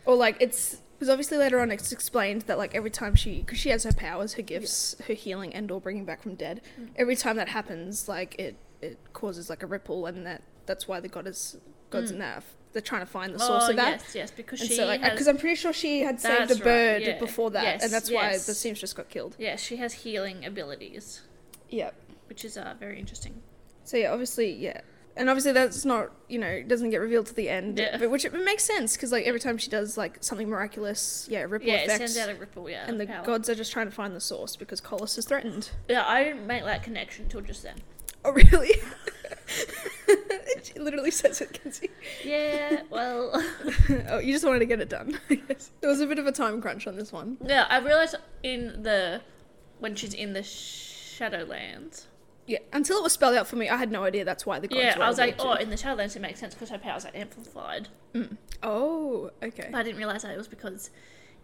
Speaker 2: Or like it's because obviously later on it's explained that like every time she because she has her powers, her gifts, her healing, and or bringing back from dead. Every time that happens, like it it causes like a ripple, and that that's why the goddess gods in that they're trying to find the source
Speaker 1: oh,
Speaker 2: of that.
Speaker 1: yes, yes, because
Speaker 2: And
Speaker 1: she
Speaker 2: so, like,
Speaker 1: has.
Speaker 2: because I'm pretty sure she had saved a
Speaker 1: That's right,
Speaker 2: bird
Speaker 1: yeah.
Speaker 2: before that,
Speaker 1: Yes,
Speaker 2: and that's
Speaker 1: yes.
Speaker 2: why the seamstress got killed.
Speaker 1: yeah, she has healing abilities,
Speaker 2: Yeah.
Speaker 1: which is uh, very interesting.
Speaker 2: So yeah, obviously, yeah. and obviously that's not you know doesn't get revealed to the end,
Speaker 1: Yeah.
Speaker 2: but which it makes sense because like every time she does like something miraculous, yeah, ripple
Speaker 1: Yeah, it
Speaker 2: effects,
Speaker 1: sends out a ripple. Yeah,
Speaker 2: and the
Speaker 1: power.
Speaker 2: gods are just trying to find the source because Colossus is threatened.
Speaker 1: Yeah, I didn't make that connection till just then.
Speaker 2: Oh really? it literally says it, Kenzie.
Speaker 1: Yeah, well,
Speaker 2: oh, you just wanted to get it done. I guess. There was a bit of a time crunch on this one.
Speaker 1: yeah, I realized in the when she's in the Shadowlands.
Speaker 2: Yeah, until it was spelled out for me, I had no idea that's why the gods.
Speaker 1: Yeah,
Speaker 2: were
Speaker 1: I was like,
Speaker 2: able
Speaker 1: oh,
Speaker 2: to-
Speaker 1: in the Shadowlands it makes sense because her powers are amplified.
Speaker 2: oh, okay.
Speaker 1: But I didn't realize that it was because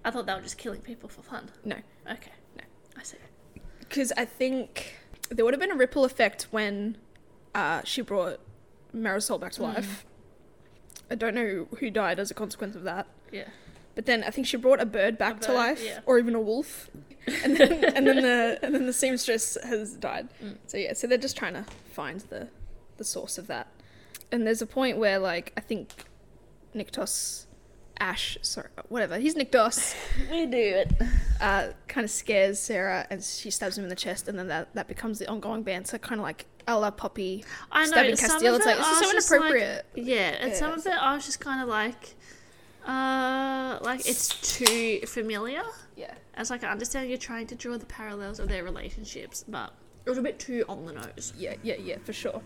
Speaker 1: I thought they were just killing people for fun.
Speaker 2: No,
Speaker 1: Okay,
Speaker 2: No.
Speaker 1: I see.
Speaker 2: because I think there would have been a ripple effect when uh, she brought Marisol back to
Speaker 1: Hmm.
Speaker 2: life. I don't know who died as a consequence of that,
Speaker 1: Yeah,
Speaker 2: but then I think she brought a bird back to
Speaker 1: bird,
Speaker 2: life,
Speaker 1: yeah.
Speaker 2: or even a wolf, and then and then the and then the seamstress has died.
Speaker 1: Mm.
Speaker 2: So yeah, so they're just trying to find the the source of that. And there's a point where like I think Niktos, Ash, sorry, whatever, he's Niktos
Speaker 1: we do it.
Speaker 2: uh, kind of scares Sarah and she stabs him in the chest, and then that, that becomes the ongoing banter, kind of like a la Poppy
Speaker 1: I know.
Speaker 2: stabbing
Speaker 1: some
Speaker 2: Castiel.
Speaker 1: of
Speaker 2: It's like,
Speaker 1: it
Speaker 2: this
Speaker 1: I
Speaker 2: is so
Speaker 1: was just like-
Speaker 2: inappropriate.
Speaker 1: yeah, and
Speaker 2: Yeah,
Speaker 1: some of
Speaker 2: so-
Speaker 1: it I was just kind of like, uh, like it's too familiar.
Speaker 2: yeah.
Speaker 1: As like I understand you're trying to draw the parallels of their relationships, but it was a bit too on the nose.
Speaker 2: Yeah, yeah, yeah, for sure.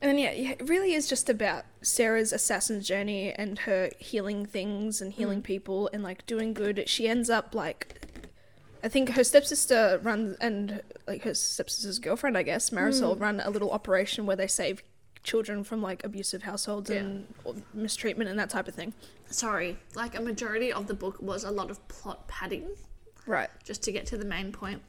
Speaker 2: And then, yeah, yeah, it really is just about Sarah's assassin's journey and her healing things and healing people and like doing good. She ends up like, I think her stepsister runs and like her stepsister's girlfriend, I guess, Marisol, run a little operation where they save children from like abusive households
Speaker 1: Yeah.
Speaker 2: and or mistreatment and that type of thing.
Speaker 1: Sorry, like a majority of the book was a lot of plot padding
Speaker 2: Right.
Speaker 1: just to get to the main point.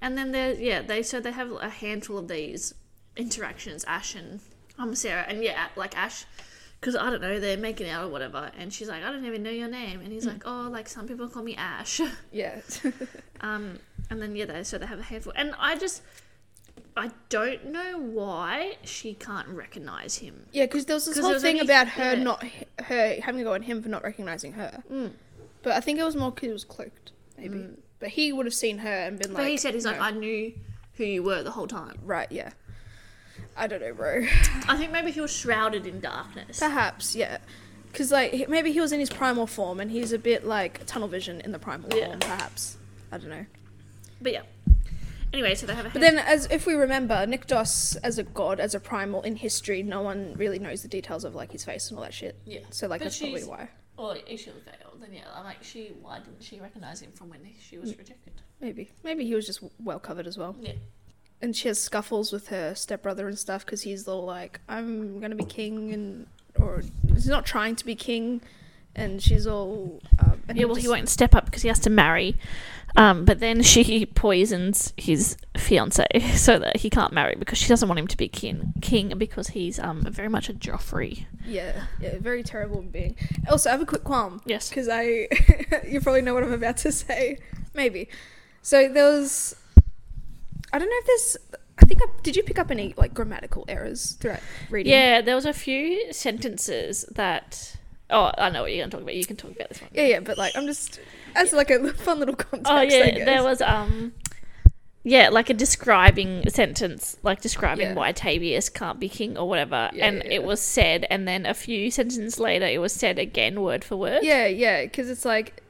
Speaker 1: And then there, yeah, they so they have a handful of these interactions, Ash and um Sarah, and yeah, like Ash, because I don't know, they're making out or whatever, and she's like, I don't even know your name, and he's
Speaker 2: Hmm.
Speaker 1: like, oh, like some people call me Ash,
Speaker 2: Yeah.
Speaker 1: um, and then yeah, they so they have a handful, and I just, I don't know why she can't recognize him.
Speaker 2: yeah, because there was this
Speaker 1: 'Cause
Speaker 2: whole
Speaker 1: it was
Speaker 2: thing
Speaker 1: only-
Speaker 2: about her
Speaker 1: yeah.
Speaker 2: not her having a go at him for not recognizing her. But I think it was more because it was cloaked, maybe. But he would have seen her and been
Speaker 1: Mm. But
Speaker 2: like,
Speaker 1: he said he's like,
Speaker 2: "No."
Speaker 1: I knew who you were the whole time.
Speaker 2: right, yeah. I don't know, bro.
Speaker 1: I think maybe he was shrouded in darkness.
Speaker 2: Perhaps, yeah. Because like he- maybe he was in his primal form and he's a bit like tunnel vision in the primal
Speaker 1: Yeah.
Speaker 2: form, perhaps. I don't know.
Speaker 1: But yeah. Anyway, so they have a.
Speaker 2: But then, as if we remember, Nikdos as a god, as a primal in history, no one really knows the details of like his face and all that shit.
Speaker 1: Yeah.
Speaker 2: So like
Speaker 1: But
Speaker 2: that's probably
Speaker 1: she's-
Speaker 2: why.
Speaker 1: Well, if she was veiled, then yeah, I'm like, she. Why didn't she recognize him from when she was rejected?
Speaker 2: Maybe, maybe he was just well covered as well.
Speaker 1: Yeah.
Speaker 2: and she has scuffles with her stepbrother and stuff because he's all like, "I'm gonna be king," and or he's not trying to be king, and she's all. Um, and
Speaker 1: Yeah. Well, he won't step up because he has to marry. Um, but then she poisons his fiance so that he can't marry because she doesn't want him to be king. King because he's um very much a Joffrey.
Speaker 2: Yeah, yeah, very terrible being. Also, I have a quick qualm.
Speaker 1: Yes.
Speaker 2: because I, you probably know what I'm about to say. Maybe. So there was. I don't know if there's. I think I, did you pick up any like grammatical errors throughout reading?
Speaker 1: Yeah. There was a few sentences that. Oh, I know what you're gonna talk about. You can talk about this one.
Speaker 2: Yeah, yeah, but like I'm just as like a fun little context.
Speaker 1: Oh
Speaker 2: I
Speaker 1: yeah,
Speaker 2: guess.
Speaker 1: there was um, yeah, like a describing sentence, like describing
Speaker 2: Yeah.
Speaker 1: why Tavius can't be king or whatever,
Speaker 2: Yeah,
Speaker 1: and
Speaker 2: yeah,
Speaker 1: it
Speaker 2: yeah.
Speaker 1: was said, and then a few sentences later, it was said again, word for word.
Speaker 2: Yeah, yeah, because it's like,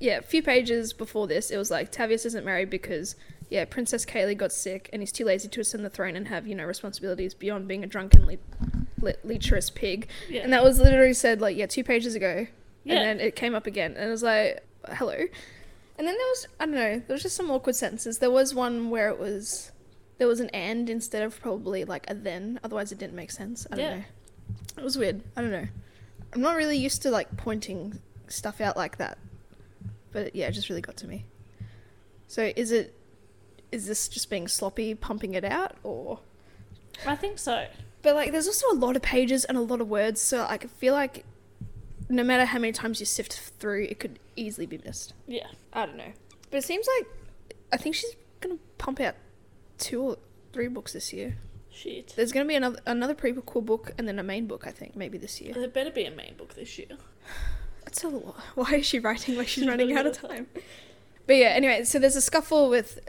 Speaker 2: yeah, a few pages before this, it was like Tavius isn't married because, yeah, Princess Kaylee got sick and he's too lazy to ascend the throne and have, you know, responsibilities beyond being a drunken, le- le- lecherous pig.
Speaker 1: Yeah.
Speaker 2: And that was literally said, like, yeah, two pages ago.
Speaker 1: Yeah.
Speaker 2: And then it came up again. And it was like, hello. And then there was, I don't know, there was just some awkward sentences. There was one where it was, there was an and instead of probably like a then, otherwise it didn't make sense. I don't
Speaker 1: Yeah.
Speaker 2: know. It was weird. I don't know. I'm not really used to like pointing stuff out like that. But yeah, it just really got to me. So is it is this just being sloppy pumping it out or
Speaker 1: I think so.
Speaker 2: but like there's also a lot of pages and a lot of words, so like, I feel like no matter how many times you sift through, it could easily be missed.
Speaker 1: Yeah,
Speaker 2: I don't know. But it seems like I think she's going to pump out two or three books this year.
Speaker 1: shit.
Speaker 2: There's going to be another another prequel book and then a main book, I think, maybe this year.
Speaker 1: There better be a main book this year.
Speaker 2: That's a lot. Why is she writing like she's running out of time? But yeah, anyway, so there's a scuffle with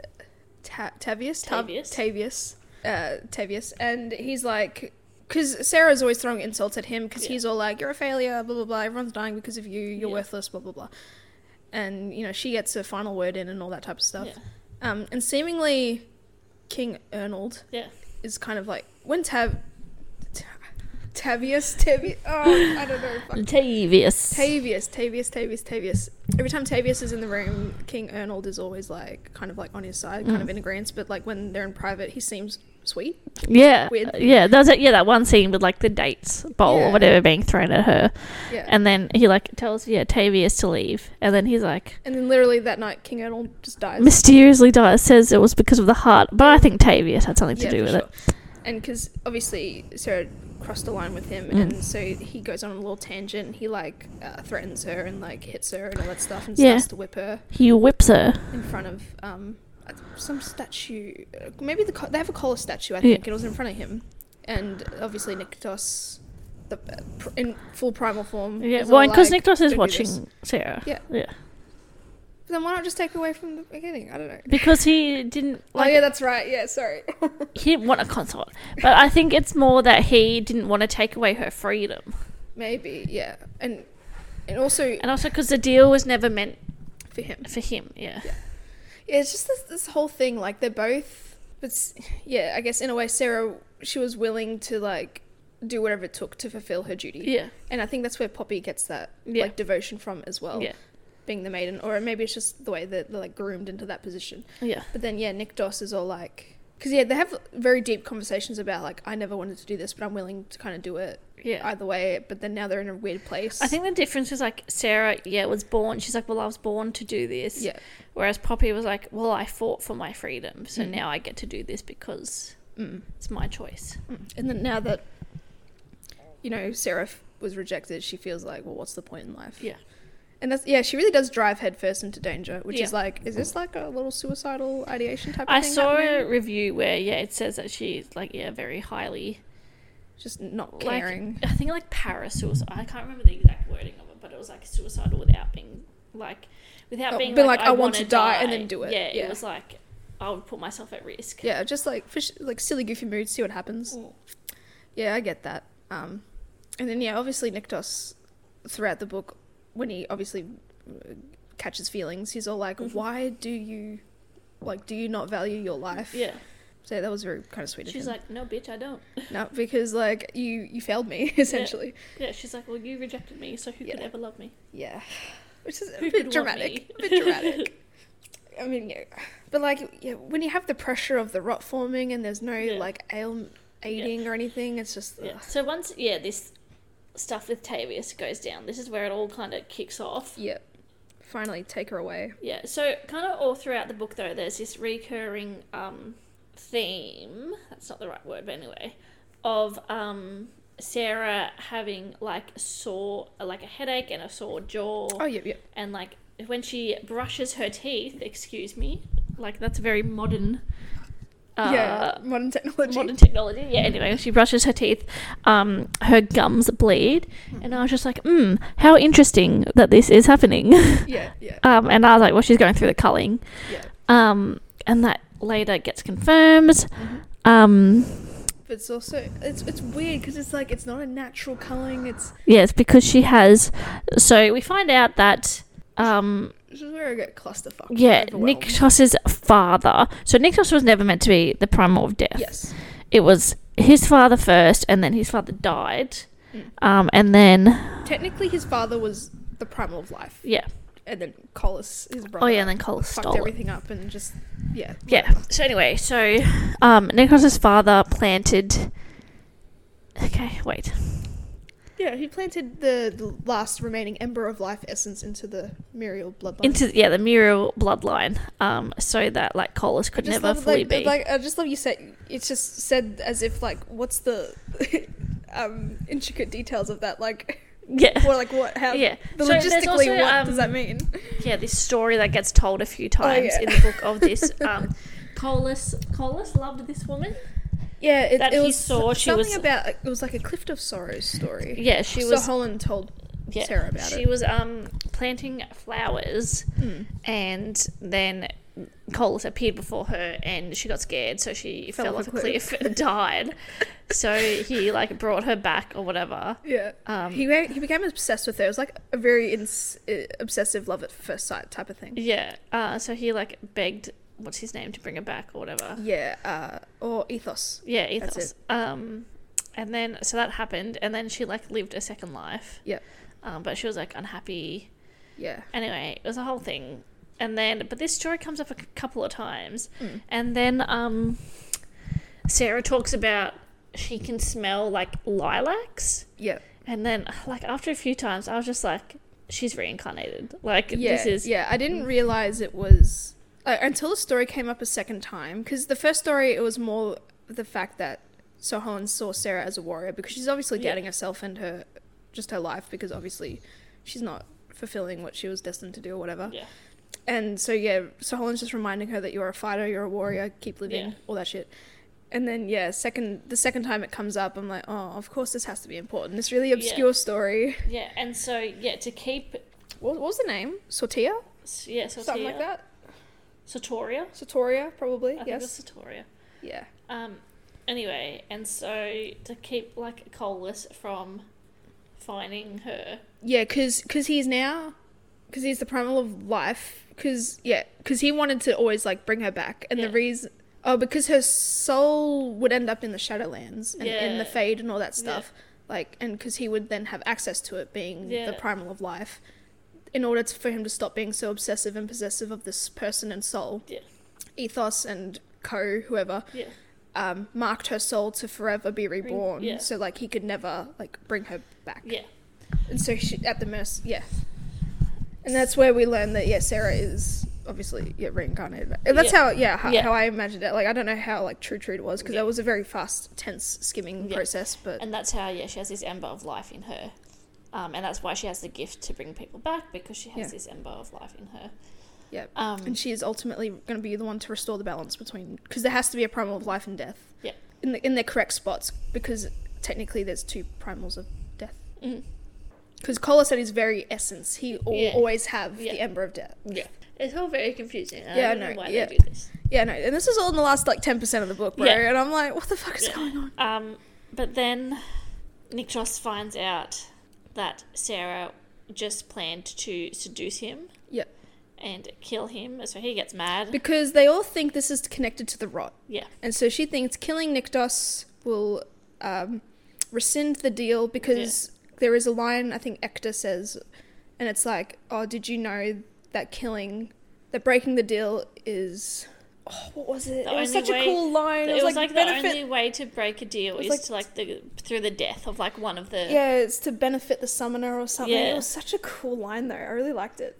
Speaker 2: Ta- Tavius. Ta-
Speaker 1: Tavius.
Speaker 2: Tavius. Uh, Tavius. And he's like, because Sarah's always throwing insults at him because he's all like, "You're a failure," blah blah blah. Everyone's dying because of you. You're
Speaker 1: Yeah.
Speaker 2: worthless, blah blah blah. And you know she gets a final word in and all that type of stuff.
Speaker 1: Yeah.
Speaker 2: Um, and seemingly, King Arnold
Speaker 1: Yeah.
Speaker 2: is kind of like when Tav, Ta- Tavius, Tavius, oh, I don't know. Fuck.
Speaker 1: Tavius.
Speaker 2: Tavius, Tavius, Tavius, Tavius. Every time Tavius is in the room, King Arnold is always like kind of like on his side, kind of
Speaker 1: Mm.
Speaker 2: in agreement. But like when they're in private, he seems sweet.
Speaker 1: yeah.
Speaker 2: Weird.
Speaker 1: Yeah. There was that, yeah, that one scene with like the dates bowl
Speaker 2: Yeah.
Speaker 1: or whatever being thrown at her.
Speaker 2: Yeah. And,
Speaker 1: And then he like tells, yeah, Tavius to leave. And then he's like,
Speaker 2: then literally that night, King Arnold just dies.
Speaker 1: mysteriously dies, says it was because of the heart. But I think Tavius had something to
Speaker 2: Yeah,
Speaker 1: do
Speaker 2: for
Speaker 1: with
Speaker 2: sure.
Speaker 1: it.
Speaker 2: And because obviously Sarah crossed the line with him,
Speaker 1: Mm.
Speaker 2: and so he goes on a little tangent. He like uh, threatens her and like hits her and all that stuff, and
Speaker 1: Yeah.
Speaker 2: starts to whip her
Speaker 1: He whips her.
Speaker 2: in front of um some statue. uh, Maybe the co- they have a Cola statue, I
Speaker 1: Yeah.
Speaker 2: think, and it was in front of him. And obviously Niktos, the uh, pr- in full primal form.
Speaker 1: Yeah,
Speaker 2: is
Speaker 1: well,
Speaker 2: all
Speaker 1: because
Speaker 2: like,
Speaker 1: Niktos is
Speaker 2: "Don't do this."
Speaker 1: watching Sarah.
Speaker 2: Yeah.
Speaker 1: yeah.
Speaker 2: But then why not just take away from the beginning? I don't know.
Speaker 1: Because he didn't
Speaker 2: oh
Speaker 1: like
Speaker 2: yeah, that's right. Yeah, sorry.
Speaker 1: he didn't want a consort, but I think it's more that he didn't want to take away her freedom,
Speaker 2: Maybe yeah, and and also
Speaker 1: and also because the deal was never meant
Speaker 2: for him.
Speaker 1: for him. Yeah,
Speaker 2: Yeah, it's just this, this whole thing. Like they're both, but s- yeah, I guess in a way, Sarah she was willing to like do whatever it took to fulfill her duty.
Speaker 1: yeah,
Speaker 2: and I think that's where Poppy gets that
Speaker 1: Yeah.
Speaker 2: like devotion from as well.
Speaker 1: yeah,
Speaker 2: being the maiden, or maybe it's just the way that they're like groomed into that position.
Speaker 1: yeah,
Speaker 2: But then yeah, Nick Doss is all like, because yeah, they have very deep conversations about like I never wanted to do this, but I'm willing to kind of do it
Speaker 1: yeah.
Speaker 2: either way. But then now they're in a weird place.
Speaker 1: I think the difference is like Sarah, yeah, was born. She's like, well, I was born to do this.
Speaker 2: yeah,
Speaker 1: Whereas Poppy was like, well, I fought for my freedom, so
Speaker 2: Mm.
Speaker 1: now I get to do this because
Speaker 2: mm.
Speaker 1: it's my choice.
Speaker 2: and then now that you know Sarah f- was rejected, she feels like, well, what's the point in life?
Speaker 1: Yeah.
Speaker 2: And that's yeah, she really does drive headfirst into danger, which
Speaker 1: Yeah.
Speaker 2: is like, is this like a little suicidal ideation type of
Speaker 1: I
Speaker 2: thing?
Speaker 1: saw a
Speaker 2: happening?
Speaker 1: review where yeah, it says that she's like yeah, very highly
Speaker 2: just not
Speaker 1: like-
Speaker 2: caring.
Speaker 1: I think like parasuicide. I can't remember the exact wording of it, but it was like suicidal without being like without
Speaker 2: Oh,
Speaker 1: being,
Speaker 2: being
Speaker 1: like, I, want to die,
Speaker 2: and then do it.
Speaker 1: Yeah,
Speaker 2: Yeah.
Speaker 1: it was like I would put myself at risk.
Speaker 2: yeah, just like fish, like silly goofy mood, see what happens.
Speaker 1: Mm.
Speaker 2: Yeah, I get that. Um, and then yeah, obviously Niktos, throughout the book, when he obviously uh, catches feelings, he's all like,
Speaker 1: Mhm.
Speaker 2: "Why do you, like, do you not value your life?"
Speaker 1: Yeah,
Speaker 2: So that was very kind of sweet of
Speaker 1: she's
Speaker 2: him.
Speaker 1: like, no, bitch, I don't.
Speaker 2: no, because like you you failed me essentially.
Speaker 1: Yeah, she's like, well, you rejected me, so who could
Speaker 2: Yeah.
Speaker 1: ever love me?
Speaker 2: Yeah, which is a
Speaker 1: Who could
Speaker 2: bit
Speaker 1: want
Speaker 2: dramatic.
Speaker 1: me?
Speaker 2: A bit dramatic. I mean, yeah, but like yeah, when you have the pressure of the rot forming and there's no
Speaker 1: Yeah.
Speaker 2: like ail aiding or anything, it's just
Speaker 1: Yeah.
Speaker 2: ugh.
Speaker 1: So once yeah, this stuff with Tavius goes down. This is where it all kind of kicks off.
Speaker 2: Yeah. Finally, take her away.
Speaker 1: Yeah, so kind of all throughout the book, though, there's this recurring um, theme that's not the right word, but anyway of um, Sarah having like sore, like a headache and a sore jaw,
Speaker 2: Oh, yeah, yeah.
Speaker 1: and like when she brushes her teeth, excuse me, like that's a very modern. Uh,
Speaker 2: yeah, modern technology.
Speaker 1: Modern technology, yeah. Anyway, she brushes her teeth. Um, her gums bleed, and I was just like, "Hmm, how interesting that this is happening."
Speaker 2: yeah, yeah,
Speaker 1: um, and I was like, "Well, she's going through the culling."
Speaker 2: yeah.
Speaker 1: um, and that later gets confirmed.
Speaker 2: Mhm.
Speaker 1: Um,
Speaker 2: But it's also it's it's weird because it's like it's not a natural culling. It's
Speaker 1: yes, because she has. So we find out that um,
Speaker 2: this is where I get clusterfuck.
Speaker 1: yeah,
Speaker 2: overwhelmed.
Speaker 1: Nikos's father. So Nikos was never meant to be the primal of death.
Speaker 2: Yes.
Speaker 1: It was his father first, and then his father died.
Speaker 2: Mm.
Speaker 1: Um, and then
Speaker 2: Technically, his father was the primal of life,
Speaker 1: yeah,
Speaker 2: and then Collis, his brother.
Speaker 1: oh yeah, and then Cole
Speaker 2: fucked
Speaker 1: stole it.
Speaker 2: everything up and just yeah.
Speaker 1: Yeah. So anyway, so um, Nikos's father planted. Okay, wait.
Speaker 2: Yeah, he planted the, the last remaining ember of life essence into the Muriel bloodline.
Speaker 1: into yeah the Muriel bloodline, um, so that like Collis could
Speaker 2: just
Speaker 1: never
Speaker 2: love,
Speaker 1: fully
Speaker 2: like,
Speaker 1: be.
Speaker 2: Like I just love you said. It's just said as if like what's the um, intricate details of that like
Speaker 1: yeah,
Speaker 2: or like what how
Speaker 1: Yeah.
Speaker 2: the
Speaker 1: So there's
Speaker 2: logistically
Speaker 1: also,
Speaker 2: what
Speaker 1: um,
Speaker 2: does that mean?
Speaker 1: yeah. This story that gets told a few times
Speaker 2: Oh, yeah.
Speaker 1: in the book of this. Um, Collis, Collis loved this woman.
Speaker 2: Yeah, it,
Speaker 1: that
Speaker 2: it
Speaker 1: he
Speaker 2: was
Speaker 1: saw, she
Speaker 2: something
Speaker 1: was-
Speaker 2: about it was like a Clift of Sorrows story.
Speaker 1: Yeah, she
Speaker 2: so
Speaker 1: was.
Speaker 2: Holland told
Speaker 1: yeah,
Speaker 2: Sarah about
Speaker 1: she
Speaker 2: it.
Speaker 1: was um planting flowers,
Speaker 2: Mm.
Speaker 1: and then Colas appeared before her and she got scared, so she
Speaker 2: Fell
Speaker 1: fell,
Speaker 2: off
Speaker 1: off
Speaker 2: a
Speaker 1: a cliff and died. so he like brought her back or whatever.
Speaker 2: Yeah.
Speaker 1: Um,
Speaker 2: he wa- he became obsessed with her. It was like a very ins- uh, obsessive love at first sight type of thing.
Speaker 1: Yeah. Uh, so he like begged what's his name to bring her back or whatever.
Speaker 2: Yeah. Uh, or ethos.
Speaker 1: Yeah,
Speaker 2: That's
Speaker 1: ethos. Um, and then so that happened, and then she like lived a second life.
Speaker 2: Yep.
Speaker 1: Um, but she was like unhappy.
Speaker 2: Yeah.
Speaker 1: Anyway, it was a whole thing. And then, but this story comes up a c- couple of times,
Speaker 2: Mm.
Speaker 1: and then um, Sarah talks about she can smell like lilacs,
Speaker 2: Yeah.
Speaker 1: and then like after a few times, I was just like, she's reincarnated. Like
Speaker 2: Yeah.
Speaker 1: this is Hmm.
Speaker 2: yeah. I didn't realize it was uh, until the story came up a second time because the first story it was more the fact that Sir Helen saw Sarah as a warrior because she's obviously
Speaker 1: Yeah.
Speaker 2: doubting herself and her just her life because obviously she's not fulfilling what she was destined to do or whatever.
Speaker 1: yeah,
Speaker 2: And so yeah, so Holland's just reminding her that you're a fighter, you're a warrior, keep living,
Speaker 1: Yeah.
Speaker 2: all that shit. And then yeah, second the second time it comes up, I'm like, oh, of course this has to be important. This really obscure story.
Speaker 1: yeah. And so yeah, to keep
Speaker 2: What, what was the name? Sortia?
Speaker 1: yeah, so
Speaker 2: Something like that.
Speaker 1: Sotoria.
Speaker 2: Sotoria, probably.
Speaker 1: I think
Speaker 2: yes.
Speaker 1: it's Sotoria.
Speaker 2: Yeah.
Speaker 1: Um. Anyway, and so to keep like Colas from finding her,
Speaker 2: Yeah, because he's now, because he's the primal of life. Because yeah, because he wanted to always like bring her back, and the
Speaker 1: Yeah.
Speaker 2: reason oh because her soul would end up in the Shadowlands and in
Speaker 1: Yeah.
Speaker 2: the Fade and all that
Speaker 1: Yeah.
Speaker 2: stuff. Like, and because he would then have access to it, being the
Speaker 1: Yeah.
Speaker 2: primal of life. In order to, for him to stop being so obsessive and possessive of this person and soul,
Speaker 1: Yeah.
Speaker 2: ethos and co whoever,
Speaker 1: yeah,
Speaker 2: um, marked her soul to forever be reborn.
Speaker 1: yeah.
Speaker 2: So like he could never like bring her back.
Speaker 1: yeah,
Speaker 2: And so she at the mercy, yeah. And that's where we learn that yeah, Sarah is obviously yeah reincarnated. And that's
Speaker 1: Yeah.
Speaker 2: how yeah how,
Speaker 1: Yeah.
Speaker 2: how I imagined it. Like I don't know how like true true it was because
Speaker 1: Yeah.
Speaker 2: that was a very fast tense skimming
Speaker 1: Yeah.
Speaker 2: process. But
Speaker 1: and that's how yeah she has this ember of life in her, um, and that's why she has the gift to bring people back because she has
Speaker 2: Yeah.
Speaker 1: this ember of life in her.
Speaker 2: yeah,
Speaker 1: Um,
Speaker 2: and she is ultimately going to be the one to restore the balance between because there has to be a primal of life and death.
Speaker 1: Yeah.
Speaker 2: In the in their correct spots because technically there's two primals of death.
Speaker 1: mm,
Speaker 2: Because Colas at his very essence, he will
Speaker 1: Yeah.
Speaker 2: always have
Speaker 1: Yeah.
Speaker 2: the ember of death.
Speaker 1: yeah, it's all very confusing. I
Speaker 2: Yeah, I
Speaker 1: don't
Speaker 2: know,
Speaker 1: know why
Speaker 2: yeah.
Speaker 1: they do this.
Speaker 2: Yeah, no, and this is all in the last like ten percent of the book, bro.
Speaker 1: Yeah.
Speaker 2: And I'm like, what the fuck is
Speaker 1: Yeah.
Speaker 2: going on?
Speaker 1: Um, but then Nikros finds out that Sarah just planned to seduce him
Speaker 2: Yeah,
Speaker 1: and kill him, so he gets mad.
Speaker 2: because they all think this is connected to the rot,
Speaker 1: yeah,
Speaker 2: and so she thinks killing Nikdos will um, rescind the deal because there is a line I think Ector says, and it's like, oh, did you know that killing, that breaking the deal is. Oh, what was it?
Speaker 1: The
Speaker 2: it was
Speaker 1: only
Speaker 2: such a
Speaker 1: way-
Speaker 2: cool line.
Speaker 1: It
Speaker 2: it was like
Speaker 1: like,
Speaker 2: benefit.
Speaker 1: the only way to break a deal
Speaker 2: was
Speaker 1: is
Speaker 2: like-
Speaker 1: to like the through the death of like one of the
Speaker 2: Yeah, it's to benefit the summoner or something. It
Speaker 1: Yeah.
Speaker 2: was such a cool line though. I really liked it.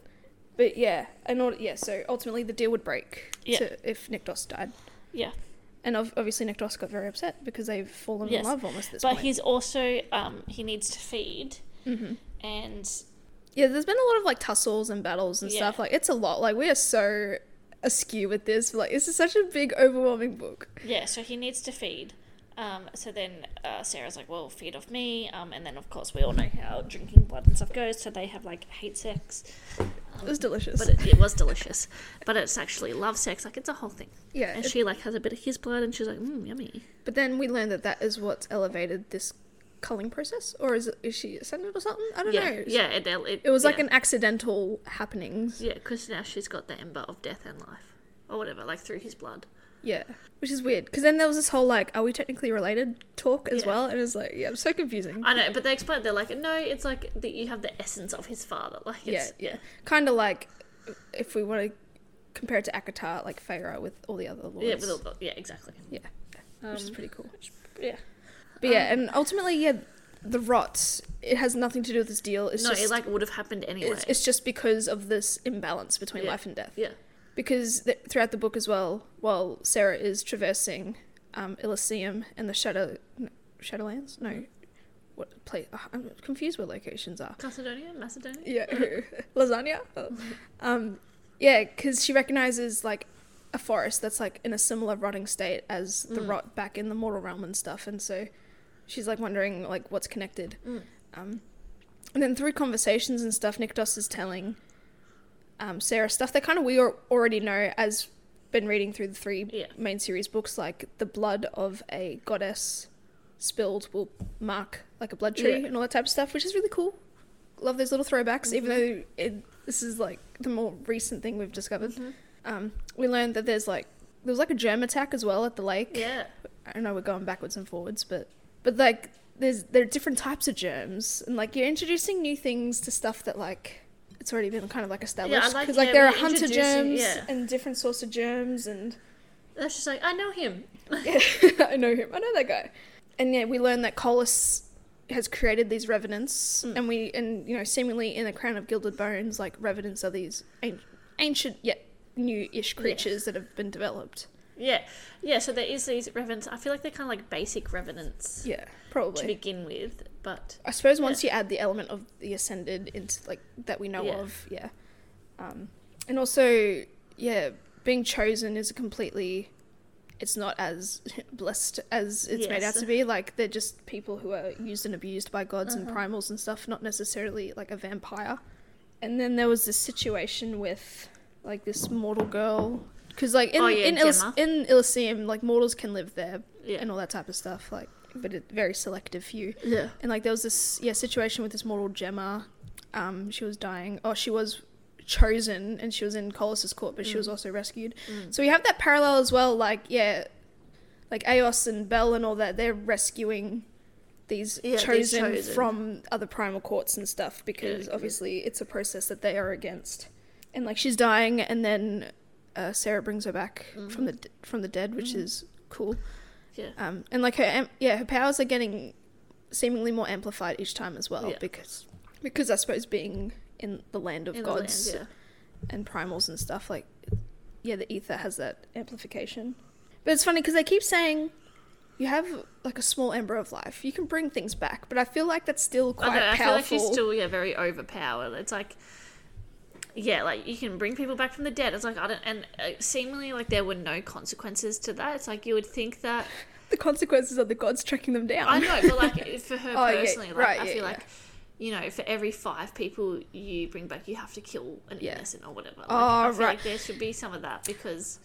Speaker 2: But yeah, in order, yeah. So ultimately, the deal would break
Speaker 1: Yeah.
Speaker 2: to, if Nikdos died,
Speaker 1: yeah.
Speaker 2: and ov- obviously Nikdos got very upset because they've fallen in
Speaker 1: Yes.
Speaker 2: love almost at this
Speaker 1: But
Speaker 2: point.
Speaker 1: he's also um he needs to feed
Speaker 2: hmm
Speaker 1: and
Speaker 2: Yeah, there's been a lot of like tussles and battles and stuff.
Speaker 1: Yeah.
Speaker 2: Like it's a lot. Like we are so askew with this. Like this is such a big, overwhelming book.
Speaker 1: yeah, so he needs to feed. Um, so then uh, Sarah's like, "Well, feed off me," um, and then of course we all know how drinking blood and stuff goes. So they have like hate sex,
Speaker 2: It was delicious.
Speaker 1: but it, it was delicious. But it's actually love sex, like it's a whole thing.
Speaker 2: yeah,
Speaker 1: And
Speaker 2: it-
Speaker 1: she like has a bit of his blood, and she's like, mm, "Yummy."
Speaker 2: but then we learned that that is what's elevated this culling process, or is it, is she ascended or something? I don't
Speaker 1: yeah,
Speaker 2: know.
Speaker 1: yeah. It, it,
Speaker 2: It was like
Speaker 1: yeah.
Speaker 2: an accidental happenings.
Speaker 1: yeah, because now she's got the ember of death and life, or whatever, like through his blood.
Speaker 2: Yeah. Which is weird. Because then there was this whole, like, are we technically related talk as
Speaker 1: Yeah.
Speaker 2: well? And it was like, yeah, I'm so confusing.
Speaker 1: I know, but they explained they're like, no, it's like that you have the essence of his father. Like,
Speaker 2: yeah,
Speaker 1: it's,
Speaker 2: yeah. Kind of like if we want to compare it to Akatar, like Pharaoh with all the other lords.
Speaker 1: yeah, with all the- yeah, exactly.
Speaker 2: Yeah. which is
Speaker 1: Um,
Speaker 2: pretty cool.
Speaker 1: Yeah, Um,
Speaker 2: But yeah, and ultimately, yeah, the rot, it has nothing to do with this deal. It's
Speaker 1: no,
Speaker 2: just.
Speaker 1: it like would have happened anyway.
Speaker 2: it's, it's just because of this imbalance between
Speaker 1: Yeah.
Speaker 2: life and death.
Speaker 1: yeah,
Speaker 2: because th- throughout the book as well, while Sarah is traversing um, Elysium and the Shadow n- Shadowlands,
Speaker 1: Mm-hmm.
Speaker 2: no, what place? I'm confused where locations are.
Speaker 1: Macedonia, Macedonia.
Speaker 2: Yeah, lasagna.
Speaker 1: Mm-hmm.
Speaker 2: um, yeah, because she recognizes like a forest that's like in a similar rotting state as the
Speaker 1: Mm.
Speaker 2: rot back in the mortal realm and stuff, and so she's like wondering like what's connected.
Speaker 1: Mm.
Speaker 2: Um, and then through conversations and stuff, Nikdos is telling um, Sarah stuff that kind of we al- already know as been reading through the three
Speaker 1: Yeah.
Speaker 2: main series books, like the blood of a goddess spilled will mark like a blood tree
Speaker 1: Yeah.
Speaker 2: and all that type of stuff, which is really cool. Love those little throwbacks, even
Speaker 1: Mm-hmm.
Speaker 2: though it, this is like the more recent thing we've discovered. Um, we learned that there's like there was like a germ attack as well at the lake.
Speaker 1: Yeah.
Speaker 2: I don't know we're going backwards and forwards, but but like there's there are different types of germs, and like you're introducing new things to stuff that like it's already been kind of like established
Speaker 1: like-
Speaker 2: like
Speaker 1: yeah,
Speaker 2: there are
Speaker 1: we're
Speaker 2: hunter
Speaker 1: introducing-
Speaker 2: germs
Speaker 1: yeah.
Speaker 2: and different sorts of germs, and
Speaker 1: That's just like, I know him.
Speaker 2: I know him, I know that guy, and yeah, we learn that Colus has created these revenants,
Speaker 1: Hmm.
Speaker 2: and we and you know seemingly in the crown of gilded bones, like revenants are these an- ancient yet new-ish creatures that have been developed.
Speaker 1: Yeah. Yeah, so there is these revenants. I feel like they're kind of like basic revenants
Speaker 2: Yeah,
Speaker 1: to
Speaker 2: probably.
Speaker 1: begin with, but
Speaker 2: I suppose once you add the element of the ascended into like that we know
Speaker 1: Yeah.
Speaker 2: of, yeah. Um, and also, yeah, being chosen is a completely. It's not as blessed as it's made out
Speaker 1: Yes.
Speaker 2: to be. Like they're just people who are used and abused by gods
Speaker 1: Uh-huh.
Speaker 2: and primals and stuff, not necessarily like a vampire. And then there was this situation with like this mortal girl, because like in
Speaker 1: Oh, yeah,
Speaker 2: in, Illys-
Speaker 1: Gemma.
Speaker 2: in Elysium, like mortals can live there
Speaker 1: Yeah. Mm.
Speaker 2: and all that type of stuff. Like, but it, very selective few.
Speaker 1: yeah.
Speaker 2: And like there was this yeah situation with this mortal Gemma. Um, she was dying. Oh, she was chosen, and she was in Colossus court, but she
Speaker 1: Mm.
Speaker 2: was also rescued. So we have that parallel as well. Like yeah, like Aos and Bell and all that. They're rescuing these,
Speaker 1: Yeah, these
Speaker 2: chosen,
Speaker 1: chosen.
Speaker 2: from other primal courts and stuff because
Speaker 1: yeah.
Speaker 2: obviously it's a process that they are against. And like she's dying, and then uh, Sarah brings her back
Speaker 1: Mm.
Speaker 2: from the d- from the dead, which is cool.
Speaker 1: Yeah.
Speaker 2: Um, and like her, am- yeah, her powers are getting seemingly more amplified each time as well
Speaker 1: Yeah.
Speaker 2: because because I suppose being in the land of
Speaker 1: In the land,
Speaker 2: gods
Speaker 1: yeah.
Speaker 2: and primals and stuff like yeah, the ether has that amplification. But it's funny because they keep saying you have like a small ember of life. You can bring things back, but I feel like that's still
Speaker 1: I, don't know,
Speaker 2: quite
Speaker 1: I feel like
Speaker 2: powerful.
Speaker 1: she's still yeah very overpowered. It's like yeah, like you can bring people back from the dead. It's like I don't and uh, seemingly like there were no consequences to that. It's like you would think that
Speaker 2: the consequences of the gods tracking them down.
Speaker 1: I know, but like for her
Speaker 2: Oh, yeah,
Speaker 1: personally, like
Speaker 2: right,
Speaker 1: I
Speaker 2: yeah,
Speaker 1: feel
Speaker 2: yeah.
Speaker 1: like you know for every five people you bring back, you have to kill an
Speaker 2: Yeah.
Speaker 1: innocent or whatever. Like,
Speaker 2: Oh,
Speaker 1: I feel
Speaker 2: right.
Speaker 1: like there should be some of that because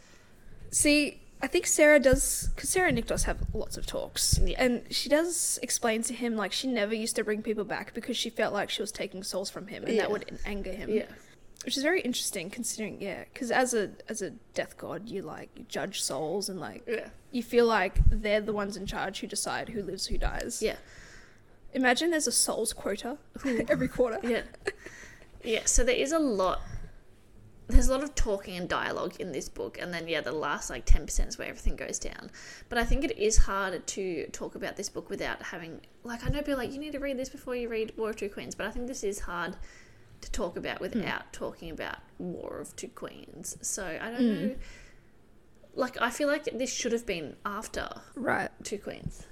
Speaker 2: See, I think Sarah does because Sarah and Nikdos have lots of talks,
Speaker 1: Yeah.
Speaker 2: and she does explain to him like she never used to bring people back because she felt like she was taking souls from him, and
Speaker 1: Yeah.
Speaker 2: that would anger him. which is very interesting considering, yeah, because as a as a death god, you like you judge souls and like
Speaker 1: yeah,
Speaker 2: you feel like they're the ones in charge who decide who lives, who dies.
Speaker 1: yeah,
Speaker 2: Imagine there's a souls quota every quarter.
Speaker 1: yeah, yeah. So there is a lot. There's a lot of talking and dialogue in this book, and then yeah, the last like ten percent is where everything goes down. But I think it is harder to talk about this book without having like I know people are like you need to read this before you read War of Two Queens, but I think this is hard to talk about without talking about War of Two Queens. So I don't know. Like I feel like this should have been after
Speaker 2: Right.
Speaker 1: Two Queens.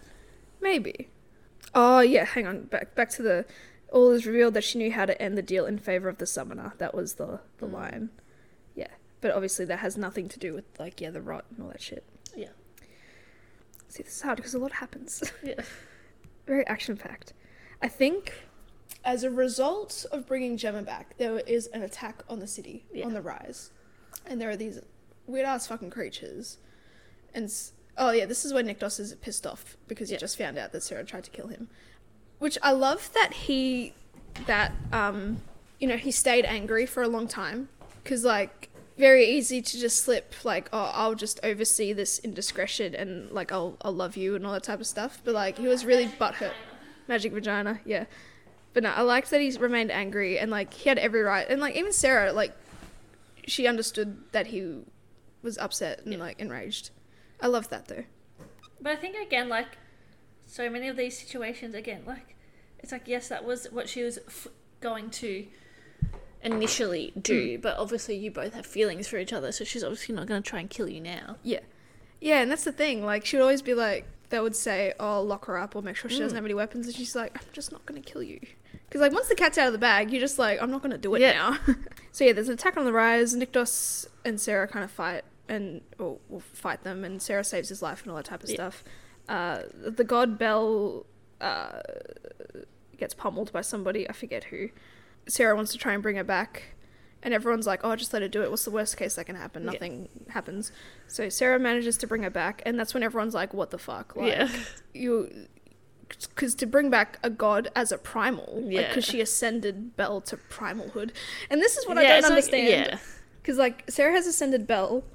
Speaker 2: Maybe. Oh yeah, hang on. Back back to the all is revealed that she knew how to end the deal in favor of the summoner. That was the
Speaker 1: Mm.
Speaker 2: the line. Yeah. But obviously that has nothing to do with like yeah, the rot and all that shit.
Speaker 1: Yeah.
Speaker 2: See, this is hard because a lot happens.
Speaker 1: Yeah.
Speaker 2: Very action packed. I think as a result of bringing Gemma back, there is an attack on the city
Speaker 1: Yeah.
Speaker 2: on the rise, and there are these weird ass fucking creatures. And s- oh yeah, this is where Nikdos is pissed off because he
Speaker 1: Yeah.
Speaker 2: just found out that Sarah tried to kill him, which I love that he that um you know he stayed angry for a long time because like very easy to just slip like oh I'll just oversee this indiscretion and like I'll I'll love you and all that type of stuff, but like he was really butthurt. Magic vagina, yeah. But no, I liked that he remained angry and like he had every right and like even Sarah like she understood that he was upset and like enraged. I loved that though.
Speaker 1: But I think again, like so many of these situations, again, like it's like yes, that was what she was f- going to initially do, but obviously you both have feelings for each other, so she's obviously not going to try and kill you now.
Speaker 2: Yeah. Yeah, and that's the thing. Like she would always be like they would say, "Oh, lock her up or make sure she
Speaker 1: Mm.
Speaker 2: doesn't have any weapons." And she's like, "I'm just not going to kill you." Cuz like once the cat's out of the bag, you're just like, "I'm not going to do it
Speaker 1: Yeah.
Speaker 2: now." so yeah, there's an attack on the rise. Nikdos and Sarah kind of fight and or will fight them and Sarah saves his life and all that type of
Speaker 1: Yeah.
Speaker 2: stuff. Uh, the god Bell uh, gets pummeled by somebody, I forget who. Sarah wants to try and bring her back. and everyone's like, "Oh, just let her do it. What's the worst case that can happen?
Speaker 1: Yeah.
Speaker 2: Nothing happens." So Sarah manages to bring her back, and that's when everyone's like, "What the fuck?" Like,
Speaker 1: yeah.
Speaker 2: you because to bring back a god as a primal because
Speaker 1: Yeah.
Speaker 2: she ascended bell to primalhood and this is what
Speaker 1: Yeah,
Speaker 2: i
Speaker 1: it's
Speaker 2: don't
Speaker 1: like-
Speaker 2: understand
Speaker 1: yeah.
Speaker 2: because like, sarah has ascended bell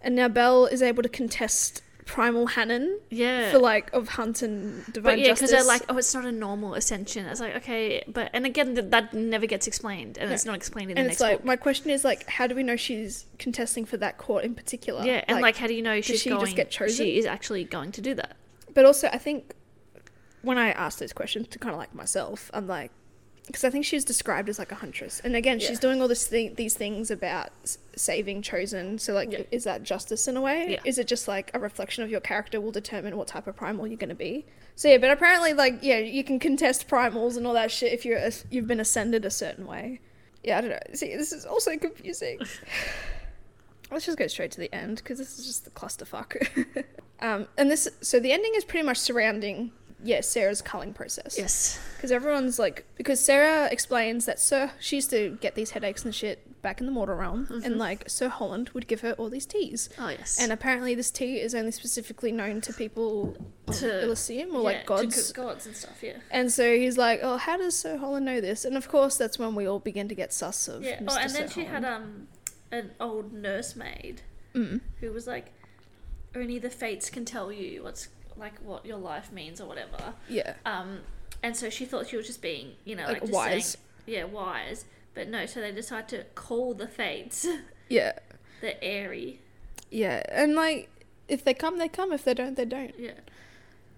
Speaker 2: and now bell is able to contest primal hannon
Speaker 1: Yeah.
Speaker 2: for like of hunt and divine
Speaker 1: but yeah, because
Speaker 2: justice
Speaker 1: they're like, oh, it's not a normal ascension. It's like, okay, but and again, th- that never gets explained, and
Speaker 2: No.
Speaker 1: it's not explained in the
Speaker 2: and
Speaker 1: next
Speaker 2: it's like
Speaker 1: book.
Speaker 2: my question is like how do we know she's contesting for that court in particular
Speaker 1: yeah, and like, how do you know she's
Speaker 2: she
Speaker 1: going?
Speaker 2: just get chosen?
Speaker 1: She is actually going to do that.
Speaker 2: But also, I think when I ask those questions to kind of like myself, I'm like, because I think she's described as like a huntress, and again,
Speaker 1: Yeah.
Speaker 2: she's doing all this thing, these things about s- saving chosen. So like,
Speaker 1: Yeah.
Speaker 2: is that justice in a way?
Speaker 1: Yeah.
Speaker 2: Is it just like a reflection of your character will determine what type of primal you're going to be? So yeah, but apparently, like yeah, you can contest primals and all that shit if you're as- you've been ascended a certain way. Yeah, I don't know. See, this is also confusing. Let's just go straight to the end because this is just the clusterfuck. um, and this, so the ending is pretty much surrounding, yeah, Sarah's culling process.
Speaker 1: Yes.
Speaker 2: Because everyone's like, because Sarah explains that Sir, she used to get these headaches and shit back in the mortal realm, and like Sir Holland would give her all these teas.
Speaker 1: Oh Mm-hmm. yes.
Speaker 2: And apparently, this tea is only specifically known to people
Speaker 1: To-
Speaker 2: to Elysium or
Speaker 1: Yeah,
Speaker 2: like
Speaker 1: to
Speaker 2: gods.
Speaker 1: g- gods and stuff. Yeah.
Speaker 2: and so he's like, "Oh, how does Sir Holland know this?" And of course, that's when we all begin to get sus of.
Speaker 1: Yeah.
Speaker 2: Mr.
Speaker 1: Oh, and
Speaker 2: Sir
Speaker 1: then she had
Speaker 2: Holland.
Speaker 1: um an old nursemaid
Speaker 2: Mm.
Speaker 1: who was like, only the fates can tell you what's like what your life means or whatever.
Speaker 2: Yeah.
Speaker 1: Um, and so she thought she was just being, you know, like,
Speaker 2: Like,
Speaker 1: just
Speaker 2: wise.
Speaker 1: Saying, yeah, wise. But no, so they decide to call the fates
Speaker 2: Yeah.
Speaker 1: the airy.
Speaker 2: Yeah. And like if they come, they come. If they don't, they don't.
Speaker 1: Yeah.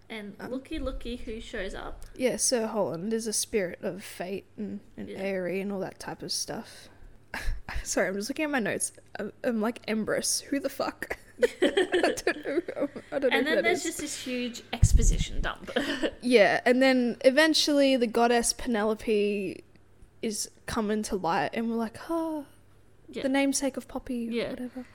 Speaker 1: And
Speaker 2: Um,
Speaker 1: looky, looky, who shows up?
Speaker 2: Yeah, Sir Holland is a spirit of fate and, and
Speaker 1: Yeah.
Speaker 2: airy and all that type of stuff. Sorry, I'm just looking at my notes. I'm, I'm like Embrus. Who the fuck? I don't know. I don't know.
Speaker 1: And
Speaker 2: who
Speaker 1: then
Speaker 2: that
Speaker 1: there's
Speaker 2: is.
Speaker 1: just this huge exposition dump.
Speaker 2: Yeah, and then eventually the goddess Penelope is coming to light, and we're like, ah,
Speaker 1: Yeah.
Speaker 2: the namesake of Poppy, or
Speaker 1: Yeah.
Speaker 2: whatever.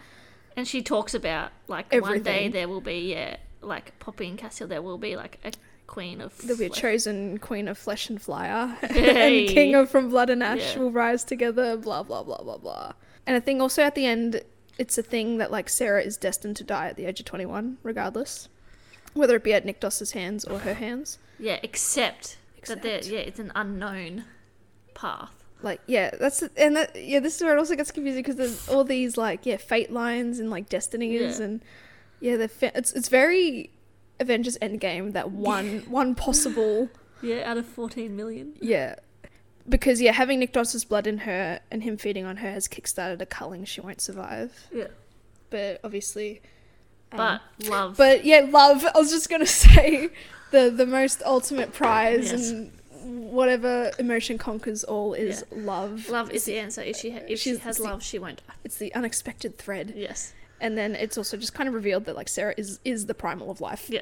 Speaker 1: and she talks about like one day
Speaker 2: Everything.
Speaker 1: there will be yeah, like Poppy and Cassiel, there will be like a queen of.
Speaker 2: There'll be a
Speaker 1: flesh.
Speaker 2: chosen queen of flesh and fire,
Speaker 1: Hey.
Speaker 2: and king of from blood and ash
Speaker 1: Yeah.
Speaker 2: will rise together. Blah blah blah blah blah. And I think also at the end, it's a thing that like Sarah is destined to die at the age of twenty-one, regardless, whether it be at Nikdos's hands or her hands.
Speaker 1: Yeah, except, that there
Speaker 2: Except.
Speaker 1: yeah, it's an unknown path.
Speaker 2: Like yeah, that's the- and that yeah, this is where it also gets confusing because there's all these like yeah fate lines and like destinies
Speaker 1: Yeah.
Speaker 2: and yeah, they're fa- it's it's very Avengers Endgame that one one possible.
Speaker 1: Yeah, out of fourteen million.
Speaker 2: Yeah. Because yeah, having Nikdos's blood in her and him feeding on her has kickstarted a culling she won't survive.
Speaker 1: Yeah,
Speaker 2: But obviously um,
Speaker 1: but love.
Speaker 2: But yeah, love, I was just gonna say the the most ultimate prize
Speaker 1: Yes.
Speaker 2: and whatever emotion conquers all is love.
Speaker 1: Love is
Speaker 2: it's,
Speaker 1: the answer. If she ha- if she
Speaker 2: she's-
Speaker 1: has
Speaker 2: it's the-
Speaker 1: love, she won't die.
Speaker 2: it's the unexpected thread.
Speaker 1: Yes.
Speaker 2: And then it's also just kind of revealed that like Sarah is is the primal of life.
Speaker 1: Yeah.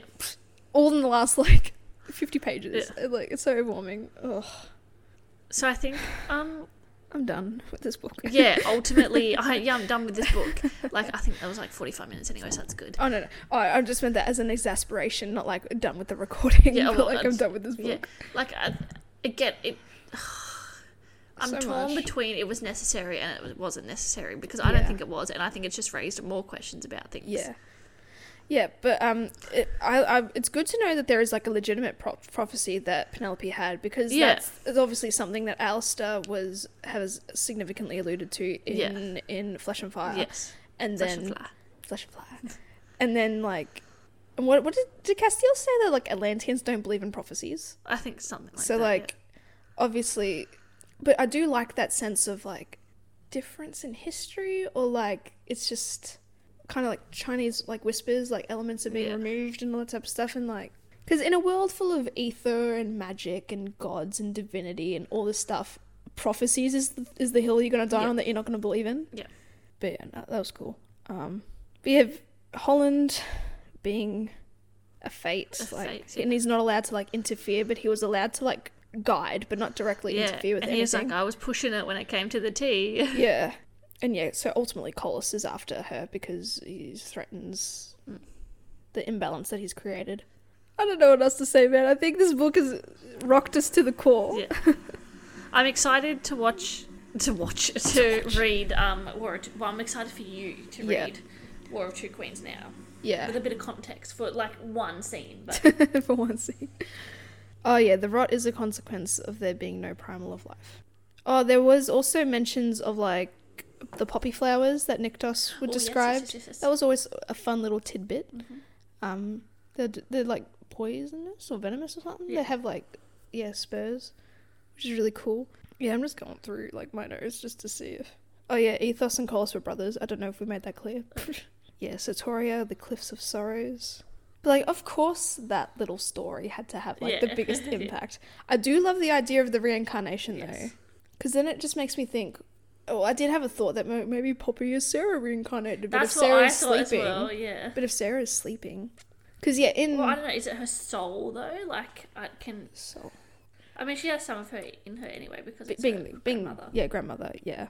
Speaker 2: All in the last like fifty pages. Like it's so overwhelming. Ugh,
Speaker 1: So I think um
Speaker 2: I'm done with this book.
Speaker 1: yeah, ultimately I yeah, I'm done with this book. Like I think that was like 45 minutes anyway, so that's good.
Speaker 2: Oh no, no. Oh, I just meant that as an exasperation, not like done with the recording.
Speaker 1: Yeah,
Speaker 2: not
Speaker 1: well,
Speaker 2: like I'm
Speaker 1: that's-
Speaker 2: done with this book.
Speaker 1: Yeah. Like I again it I'm
Speaker 2: So
Speaker 1: torn
Speaker 2: much.
Speaker 1: between it was necessary and it was- wasn't necessary because I don't
Speaker 2: Yeah.
Speaker 1: think it was and I think it's just raised more questions about things.
Speaker 2: Yeah. Yeah, but um, it, I, I, it's good to know that there is like a legitimate pro- prophecy that Penelope had because
Speaker 1: Yeah.
Speaker 2: that's is obviously something that Alistair was has significantly alluded to in in Flesh and Fire,
Speaker 1: Yes.
Speaker 2: and
Speaker 1: Flesh
Speaker 2: then
Speaker 1: and fly.
Speaker 2: Flesh and Fire, and then like, and what what did, did Castile say that like Atlanteans don't believe in prophecies?
Speaker 1: I think something like
Speaker 2: so
Speaker 1: that.
Speaker 2: like obviously but i do like that sense of like difference in history or like it's just kind of like chinese like whispers like elements are being
Speaker 1: Yeah.
Speaker 2: removed and all that type of stuff and like because in a world full of ether and magic and gods and divinity and all this stuff prophecies is the, is the hill you're gonna die
Speaker 1: Yeah.
Speaker 2: on that you're not gonna believe in
Speaker 1: Yeah.
Speaker 2: but yeah no, that was cool um but yeah holland being a fate
Speaker 1: A
Speaker 2: like
Speaker 1: fate, yeah.
Speaker 2: and he's not allowed to like interfere but he was allowed to like guide but not directly
Speaker 1: yeah.
Speaker 2: interfere with
Speaker 1: and he's
Speaker 2: anything
Speaker 1: like I was pushing it when it came to the tea.
Speaker 2: yeah and yeah so ultimately collis is after her because he threatens the imbalance that he's created i don't know what else to say man i think this book has rocked us to the core
Speaker 1: Yeah. I'm excited to watch to watch to read um War of Two, well I'm excited for you to
Speaker 2: Yeah.
Speaker 1: read War of Two Queens now
Speaker 2: Yeah.
Speaker 1: with a bit of context for like one scene but oh,
Speaker 2: for one scene. Oh yeah, the rot is a consequence of there being no primal of life. Oh, there was also mentions of like the poppy flowers that Nyctos would
Speaker 1: Oh, yes, yes, yes,
Speaker 2: describe.
Speaker 1: yes, Mm-hmm. yes.
Speaker 2: That was always a fun little tidbit. Um, they're, d- they're like poisonous or venomous or something.
Speaker 1: Yeah.
Speaker 2: They have like yeah spurs, which is really cool. Yeah, I'm just going through like my notes just to see if. Oh yeah, Ethos and Colas were brothers. I don't know if we made that clear. yeah, Satoria, the Cliffs of Sorrows. But like, of course, that little story had to have like
Speaker 1: Yeah.
Speaker 2: the biggest
Speaker 1: Yeah.
Speaker 2: impact. I do love the idea of the reincarnation though,
Speaker 1: Yes.
Speaker 2: because then it just makes me think. Oh, I did have a thought that mo- maybe Poppy is Sarah reincarnated, but
Speaker 1: that's
Speaker 2: if
Speaker 1: what I
Speaker 2: Sarah's
Speaker 1: thought
Speaker 2: sleeping,
Speaker 1: as well yeah
Speaker 2: but if Sarah's sleeping, because yeah, in
Speaker 1: well I don't know is it her soul though like I can
Speaker 2: so
Speaker 1: I mean she has some of her in her anyway because
Speaker 2: b-
Speaker 1: it's her
Speaker 2: being being
Speaker 1: grandmother.
Speaker 2: yeah grandmother yeah,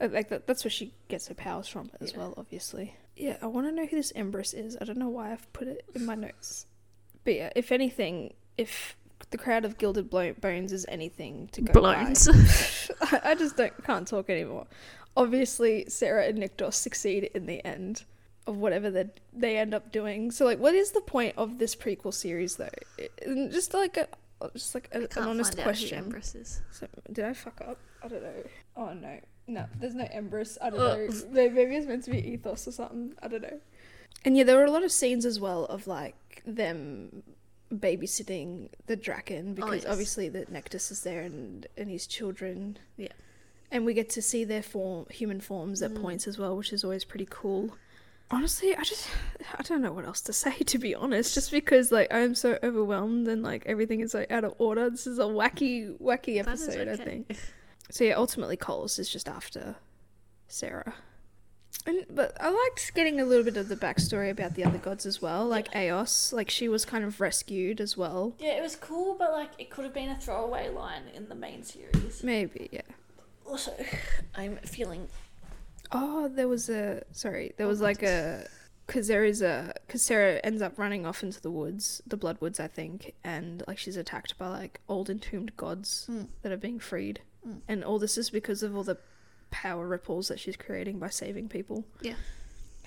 Speaker 2: Uh, like that, that's where she gets her powers from as
Speaker 1: Yeah.
Speaker 2: well, obviously. Yeah, I want to know who this Empress is. I don't know why I've put it in my notes, but yeah, if anything, if the crowd of gilded blo- bones is anything to go by,
Speaker 1: Blones.
Speaker 2: I, I just don't can't talk anymore. Obviously, Sarah and Nyctos succeed in the end of whatever they they end up doing. So, like, what is the point of this prequel series, though? It- and just like a just like a,
Speaker 1: I
Speaker 2: an
Speaker 1: can't
Speaker 2: honest
Speaker 1: find out who
Speaker 2: question.
Speaker 1: Empress is.
Speaker 2: So, did I fuck up? I don't know. Oh no, no, there's no Empress. I don't
Speaker 1: Ugh.
Speaker 2: know. May- Maybe it's meant to be Ethos or something. I don't know. And yeah, there were a lot of scenes as well of like them babysitting the draken because
Speaker 1: yes.
Speaker 2: obviously the Nectus is there and and his children.
Speaker 1: Yeah.
Speaker 2: And we get to see their form, human forms at points as well, which is always pretty cool. Honestly, I just I don't know what else to say to be honest. Just because like I'm so overwhelmed and like everything is like out of order. This is a wacky, wacky
Speaker 1: That is
Speaker 2: episode, I
Speaker 1: okay.
Speaker 2: think. So yeah, ultimately Coles is just after Sarah. And but I liked getting a little bit of the backstory about the other gods as well. Like Aos, like she was kind of rescued as well.
Speaker 1: Yeah, it was cool, but like it could have been a throwaway line in the main series.
Speaker 2: Maybe, yeah.
Speaker 1: Also, I'm feeling
Speaker 2: Oh, there was a sorry, there was like a because there is a because Sarah ends up running off into the woods, the blood woods, I think, and like she's attacked by like old entombed gods that are being freed, and all this is because of all the power ripples that she's creating by saving people.
Speaker 1: yeah,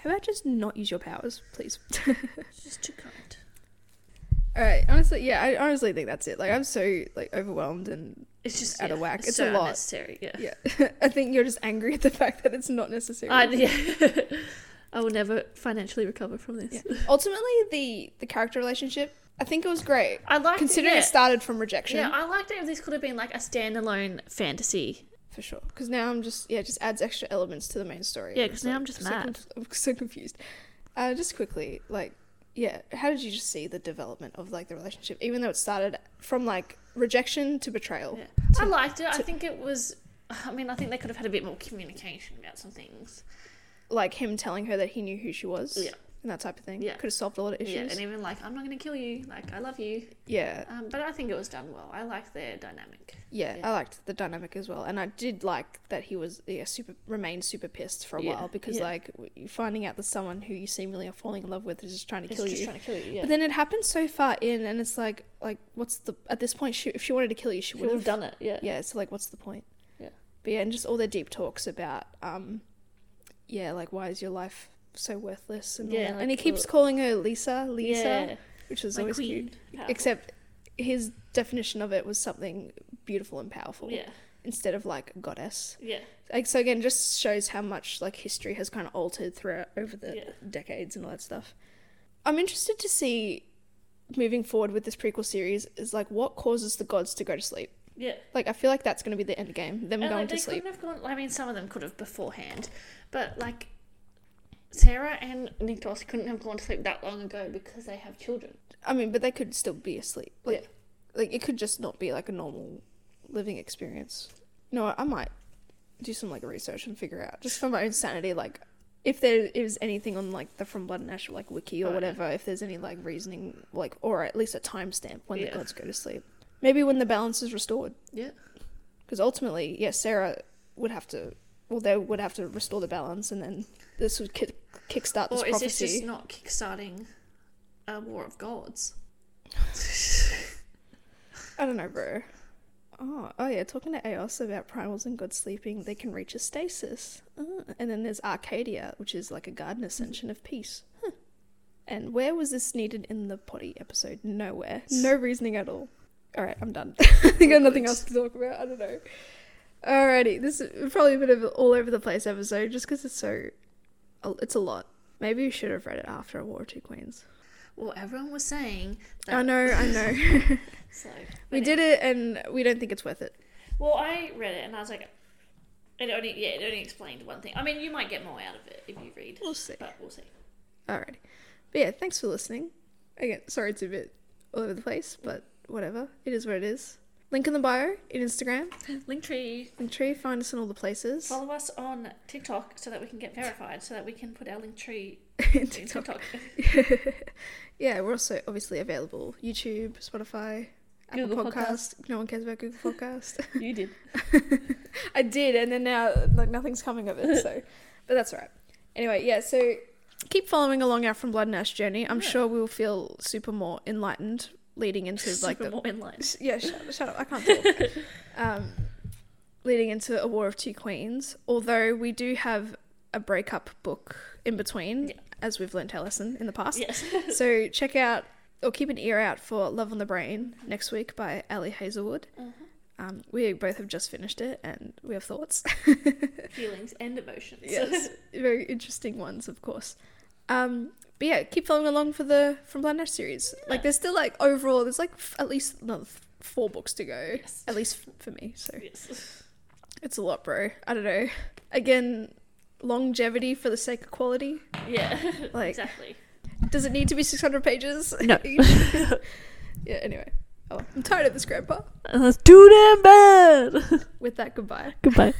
Speaker 2: How about just not use your powers, please?
Speaker 1: just too kind.
Speaker 2: all right, honestly, yeah, I honestly think that's it. Like I'm so like overwhelmed and
Speaker 1: It's just
Speaker 2: Out of
Speaker 1: yeah,
Speaker 2: whack. It's
Speaker 1: so
Speaker 2: a lot.
Speaker 1: unnecessary. Yeah,
Speaker 2: yeah, I think you're just angry at the fact that it's not necessary.
Speaker 1: I, yeah. I will never financially recover from this.
Speaker 2: Yeah. Ultimately, the the character relationship, I think it was great.
Speaker 1: I liked it.
Speaker 2: considering
Speaker 1: Yeah.
Speaker 2: it started from rejection
Speaker 1: yeah, I liked it. if This could have been like a standalone fantasy.
Speaker 2: for sure. Because now I'm just yeah, it just adds extra elements to the main story.
Speaker 1: Yeah,
Speaker 2: It's
Speaker 1: 'cause now
Speaker 2: like-
Speaker 1: I'm just
Speaker 2: so
Speaker 1: mad.
Speaker 2: conf- I'm so confused. Uh, just quickly, like, yeah, how did you just see the development of like the relationship, even though it started from like rejection to betrayal?
Speaker 1: Yeah. I liked it. I think it was. I mean, I think they could have had a bit more communication about some things.
Speaker 2: Like him telling her that he knew who she was.
Speaker 1: Yeah.
Speaker 2: And that type of thing.
Speaker 1: Yeah.
Speaker 2: Could have solved a lot of issues.
Speaker 1: Yeah, and even like, I'm not going to kill you. Like, I love you.
Speaker 2: yeah.
Speaker 1: Um, but I think it was done well. I like their dynamic.
Speaker 2: Yeah,
Speaker 1: Yeah.
Speaker 2: I liked the dynamic as well, and I did like that he was yeah super remained super pissed for a
Speaker 1: Yeah,
Speaker 2: while because
Speaker 1: yeah.
Speaker 2: like w- finding out that someone who you seemingly are falling in love with is just trying to
Speaker 1: It's
Speaker 2: kill
Speaker 1: just
Speaker 2: you.
Speaker 1: trying to kill you. Yeah.
Speaker 2: But then it happened so far in, and it's like like what's the at this point? She, if she wanted to kill you, she would
Speaker 1: would have
Speaker 2: have.
Speaker 1: done it. Yeah.
Speaker 2: Yeah, so like what's the point?
Speaker 1: Yeah.
Speaker 2: But yeah, and just all their deep talks about um, yeah, like why is your life so worthless and all
Speaker 1: Yeah,
Speaker 2: that.
Speaker 1: like,
Speaker 2: and he keeps
Speaker 1: uh,
Speaker 2: calling her Lisa, Lisa,
Speaker 1: Yeah.
Speaker 2: which is
Speaker 1: My
Speaker 2: always
Speaker 1: queen.
Speaker 2: cute.
Speaker 1: Yeah.
Speaker 2: Except his definition of it was something beautiful and powerful
Speaker 1: Yeah.
Speaker 2: instead of like goddess.
Speaker 1: Yeah.
Speaker 2: Like so again, just shows how much like history has kind of altered throughout over the
Speaker 1: Yeah.
Speaker 2: decades and all that stuff. I'm interested to see moving forward with this prequel series is like what causes the gods to go to sleep.
Speaker 1: Yeah.
Speaker 2: Like I feel like that's going to be the end game. Them
Speaker 1: And
Speaker 2: going
Speaker 1: like,
Speaker 2: to
Speaker 1: they
Speaker 2: sleep.
Speaker 1: couldn't have gone. I mean, some of them could have beforehand, but like Sarah and Nikos couldn't have gone to sleep that long ago because they have children.
Speaker 2: I mean, but they could still be asleep. Like,
Speaker 1: Yeah.
Speaker 2: like it could just not be like a normal living experience. You know, what, I might do some like research and figure out just for my own sanity, like if there is anything on like the From Blood and Ash like wiki or
Speaker 1: Right.
Speaker 2: whatever, if there's any like reasoning, like or at least a timestamp when
Speaker 1: Yeah.
Speaker 2: the gods go to sleep. Maybe when the balance is restored,
Speaker 1: Yeah.
Speaker 2: because ultimately, yes, Sarah would have to. Well, they would have to restore the balance, and then this would kick kickstart this
Speaker 1: Or is
Speaker 2: prophecy.
Speaker 1: this just not kickstarting a war of gods?
Speaker 2: I don't know, bro. Oh, oh yeah, talking to Aos about primals and good sleeping, they can reach a stasis. Uh, and then there's Arcadia, which is like a garden ascension of peace. Huh. And where was this needed in the potty episode? Nowhere. No reasoning at all. All right, I'm done. I think I have nothing
Speaker 1: Good.
Speaker 2: else to talk about. I don't know. Alrighty, this is probably a bit of an all over the place episode, just because it's so, it's a lot. Maybe you should have read it after War of Two Queens.
Speaker 1: Well, everyone was saying that.
Speaker 2: I know, I know.
Speaker 1: So
Speaker 2: we
Speaker 1: but
Speaker 2: did it, and we don't think it's worth it.
Speaker 1: Well, I read it and I was like, it only yeah, it only explained one thing. I mean, you might get more out of it if you read,
Speaker 2: We'll see.
Speaker 1: but we'll see.
Speaker 2: Alrighty. But yeah, thanks for listening. Again, sorry it's a bit all over the place, but whatever. It is what it is. Link in the bio in Instagram.
Speaker 1: Linktree,
Speaker 2: Linktree, find us in all the places.
Speaker 1: follow us on TikTok so that we can get verified, so that we can put our Linktree in
Speaker 2: TikTok.
Speaker 1: TikTok.
Speaker 2: yeah, we're also obviously available. YouTube, Spotify, Apple
Speaker 1: Google
Speaker 2: Podcast. No one cares about Google Podcast.
Speaker 1: you did.
Speaker 2: I did, and then now like nothing's coming of it. So, but that's all right. Anyway, yeah. So keep following along our From Blood and Ash journey. I'm
Speaker 1: Yeah.
Speaker 2: sure we'll feel super more enlightened leading into like
Speaker 1: Super
Speaker 2: the
Speaker 1: more in line.
Speaker 2: yeah. Shut, shut up. I can't talk. um, leading into a War of Two Queens. Although we do have a breakup book in between,
Speaker 1: Yeah.
Speaker 2: as we've learned our lesson in the past.
Speaker 1: Yes.
Speaker 2: So check out or keep an ear out for Love on the Brain next week by Ali Hazelwood.
Speaker 1: Uh-huh.
Speaker 2: Um, we both have just finished it and we have thoughts.
Speaker 1: Feelings and emotions.
Speaker 2: yes, very interesting ones, of course. Um, but yeah, keep following along for the From Blind Ash series. Like,
Speaker 1: Yeah.
Speaker 2: there's still like overall, there's like f- at least another f- four books to go,
Speaker 1: Yes.
Speaker 2: at least f- for me. So
Speaker 1: yes.
Speaker 2: it's a lot, bro. I don't know. Again, longevity for the sake of quality.
Speaker 1: Yeah.
Speaker 2: Like-
Speaker 1: exactly.
Speaker 2: Does it need to be 600 pages?
Speaker 1: No.
Speaker 2: yeah. Anyway, oh, I'm tired of this, Grandpa.
Speaker 1: That's too damn bad.
Speaker 2: With that, goodbye.
Speaker 1: Goodbye.